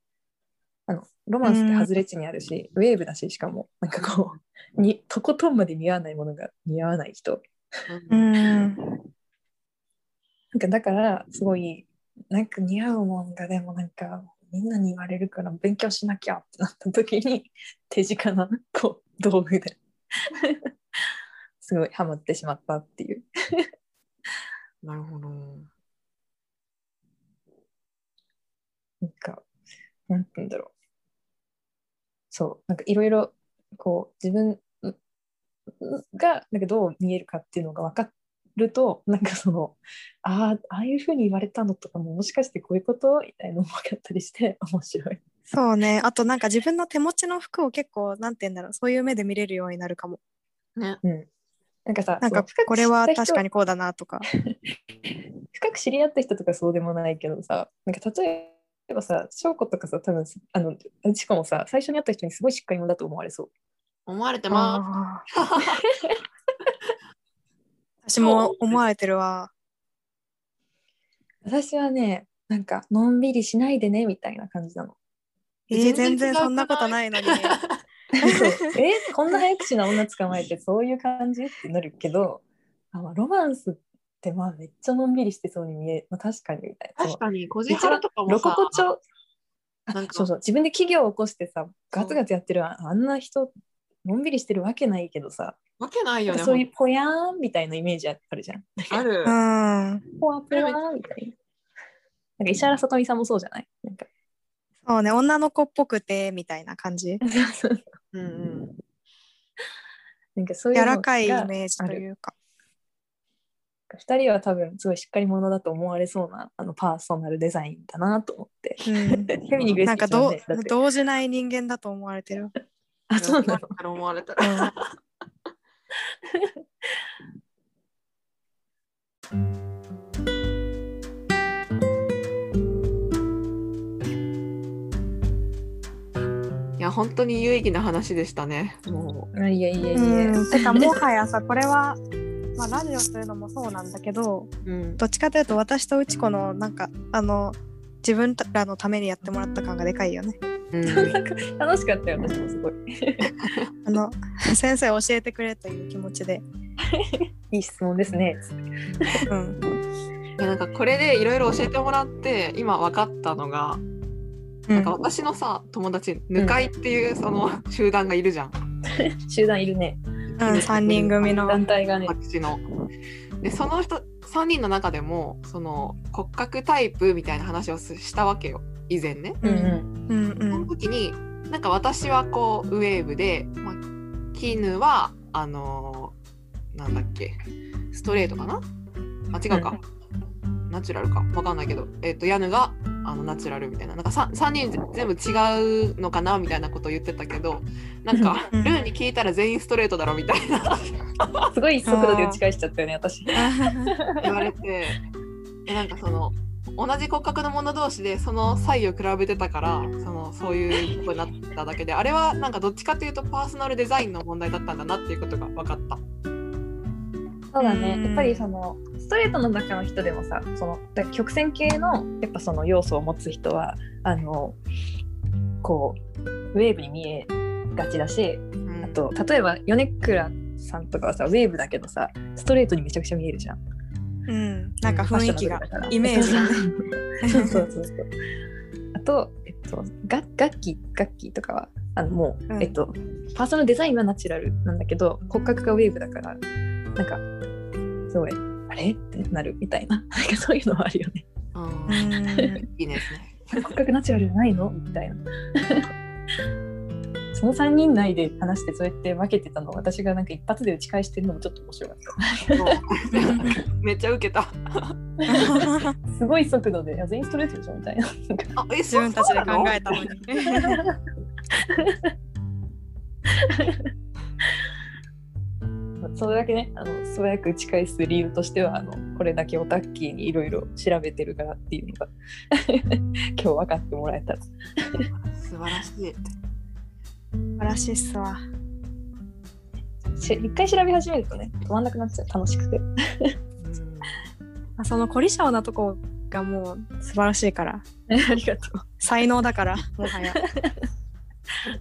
[SPEAKER 3] あのロマンスって外れ値にあるし、ウェーブだししかもなんかこうにとことんまで似合わないものが似合わない人
[SPEAKER 1] う
[SPEAKER 2] うん
[SPEAKER 1] ん
[SPEAKER 3] なんかだからすごいなんか似合うもんがでもなんかみんなに言われるから勉強しなきゃってなった時に 手近なこう道具で すごいハマってしまったっていう。
[SPEAKER 2] なるほど。
[SPEAKER 3] なんか、なんて言うんだろう。そう、なんかいろいろ、こう、自分ううが、なんかどう見えるかっていうのが分かると、なんかその、ああ、ああいうふうに言われたのとかも、もしかしてこういうことみたいなのも分かったりして、面白い。
[SPEAKER 1] そうねあとなんか自分の手持ちの服を結構なんて言うんだろうそういう目で見れるようになるかも。
[SPEAKER 2] ね。
[SPEAKER 3] うん。なんかさ、
[SPEAKER 1] なんか
[SPEAKER 3] その
[SPEAKER 1] これは
[SPEAKER 3] 深く知った
[SPEAKER 1] 確
[SPEAKER 3] 人
[SPEAKER 1] かにこうだなとか。
[SPEAKER 3] 深く知り合った人とかそうでもないけどさなんか例えばさ翔子とかさ多分あのしかもさ最初に会った人にすごいしっかり者だと思われそう
[SPEAKER 2] 思われてま
[SPEAKER 1] あー私も思われてるわ。
[SPEAKER 3] 私はねなんかのんびりしないでねみたいな感じなの
[SPEAKER 1] え
[SPEAKER 2] 全
[SPEAKER 1] ー、全
[SPEAKER 2] 然
[SPEAKER 1] 然そんなことないのに。
[SPEAKER 3] そうえこんな早口な女捕まえてそういう感じってなるけどあ、まあ、ロマンスってまあめっちゃのんびりしてそうに見え、まあ、確かにみたい
[SPEAKER 2] す。
[SPEAKER 3] な
[SPEAKER 2] 確かに、小じはらとか
[SPEAKER 3] そ
[SPEAKER 2] も
[SPEAKER 3] のロ
[SPEAKER 2] さ
[SPEAKER 3] ココ調あ
[SPEAKER 2] なんか
[SPEAKER 3] そうそう自分で企業を起こしてさガツガツやってるああんな人のんびりしてるわけないけどさ
[SPEAKER 2] わけないよね。
[SPEAKER 3] そういうぽやーんみたいなイメージあるじゃん。
[SPEAKER 2] ある
[SPEAKER 1] う。ん。
[SPEAKER 3] ぽわぽやーんみたいな。なんか石原さとみさんもそうじゃないなんか
[SPEAKER 1] そうね、女の子っぽくてみたいな感じ。
[SPEAKER 2] うんうん。
[SPEAKER 3] なんかそういう
[SPEAKER 1] 柔
[SPEAKER 3] の
[SPEAKER 1] らかいイ
[SPEAKER 3] が
[SPEAKER 1] メージというか。
[SPEAKER 3] 2人は多分すごいしっかり者だと思われそうなあのパーソナルデザインだなと思って。
[SPEAKER 1] うん
[SPEAKER 3] フ、ェミニング
[SPEAKER 1] なんか
[SPEAKER 3] 好きじゃ
[SPEAKER 1] ど
[SPEAKER 3] ねだっ
[SPEAKER 1] う
[SPEAKER 3] て
[SPEAKER 1] 動じない人間だと思われてる。
[SPEAKER 3] あそうなの
[SPEAKER 2] の思われた
[SPEAKER 1] う
[SPEAKER 2] ら。
[SPEAKER 1] ん
[SPEAKER 2] いや、本当に有意義な話でしたね。も
[SPEAKER 3] あいやいやいや。
[SPEAKER 1] うん、てかもはやさこれは、まあ、ラジオするのもそうなんだけど
[SPEAKER 2] う。うん。
[SPEAKER 1] どっちかというと私とうち子のなんかあの自分らのためにやってもらった感がでかいよね。
[SPEAKER 2] うん
[SPEAKER 3] なんか楽しかったよ私もすごい。
[SPEAKER 1] あの 先生教えてくれという気持ちで。
[SPEAKER 3] いい質問ですね。
[SPEAKER 1] うん、
[SPEAKER 2] いやなんかこれでいろいろ教えてもらって今分かったのが、なんか私のさ友達ぬかいっていうその集団がいるじゃん、
[SPEAKER 3] 集団いるね。
[SPEAKER 1] うん、3人組の。
[SPEAKER 3] 団体がね。
[SPEAKER 2] 私の。でその人3人の中でもその骨格タイプみたいな話をすしたわけよ以前ね。
[SPEAKER 3] うん
[SPEAKER 1] うんう
[SPEAKER 2] その
[SPEAKER 1] ん
[SPEAKER 2] 時になんか私はこうウェーブで、まあ、キヌはあのーなんだっけストレートかなあ違うか、ナチュラルかわかんないけど、えっとヤヌがあのナチュラルみたいななんか 3, 三人ぜ全部違うのかなみたいなことを言ってたけどなんか、
[SPEAKER 1] うん
[SPEAKER 2] ルーに聞いたら全員ストレートだろみたいな
[SPEAKER 3] うん。すごい速度で打ち返しちゃったよね
[SPEAKER 1] う
[SPEAKER 3] 私。
[SPEAKER 1] ん。
[SPEAKER 2] 言われてえなんかその同じ骨格の者同士でその差異を比べてたからそのそういうことになっただけであれはなんかどっちかというとパーソナルデザインの問題だったんだなっていうことが分かった。
[SPEAKER 3] そうだね、
[SPEAKER 1] うん
[SPEAKER 3] やっぱりそのストレートの中の人でもさそのだから曲線系のやっぱその要素を持つ人はあのこうウェーブに見えがちだし
[SPEAKER 2] うん
[SPEAKER 3] あと例えば米倉さんとかはさウェーブだけどさストレートにめちゃくちゃ見えるじゃん
[SPEAKER 1] うん、なんか雰囲気が
[SPEAKER 3] ファッショナルだから
[SPEAKER 1] イメージがね
[SPEAKER 3] そうそうそうそうあと、えっと、ガガッキーガッキーとかはあのもう、
[SPEAKER 1] うん
[SPEAKER 3] えっとパーソナルデザインはナチュラルなんだけど骨格がウェーブだからなんかすごいあれってなるみたいな なんかそういうのはあるよね
[SPEAKER 2] うん
[SPEAKER 1] う
[SPEAKER 2] い
[SPEAKER 1] ん
[SPEAKER 2] いですね。
[SPEAKER 3] 骨格ナチュラルじゃないのみたいな その3人内で話してそうやって分けてたのを私がなんか一発で打ち返してるのもちょっと面白かっ
[SPEAKER 2] そう めっちゃ受けた。
[SPEAKER 3] た すごい速度でいや全員ストレートでしょみたいななんか
[SPEAKER 2] あ、え、
[SPEAKER 1] 自分たちで考えたのに。
[SPEAKER 3] それだけねあの素早く打ち返す理由としてはあのこれだけオタッキーにいろいろ調べてるからっていうのが今日分かってもらえ たら
[SPEAKER 2] 素晴らしい。
[SPEAKER 1] 素晴らしいっすわ。
[SPEAKER 3] し一回調べ始めるとね止まんなくなっちゃう楽しくて
[SPEAKER 2] うん
[SPEAKER 1] まあその凝り性なとこがもう素晴らしいから。
[SPEAKER 3] ありがとう
[SPEAKER 1] 才能だから、もは や。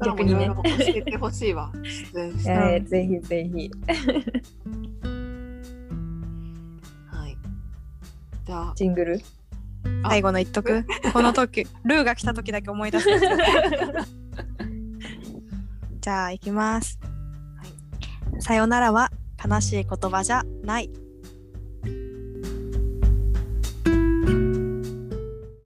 [SPEAKER 3] 逆にね
[SPEAKER 2] いろいろ教えてほしいわ。出演して
[SPEAKER 3] えーぜひぜひ
[SPEAKER 2] はい。じゃあ、
[SPEAKER 3] ジングル
[SPEAKER 1] 最後の一徳。この時、ルーが来た時だけ思い出す。じゃあ、行きます。
[SPEAKER 2] は
[SPEAKER 1] さよならは悲しい言葉じゃない。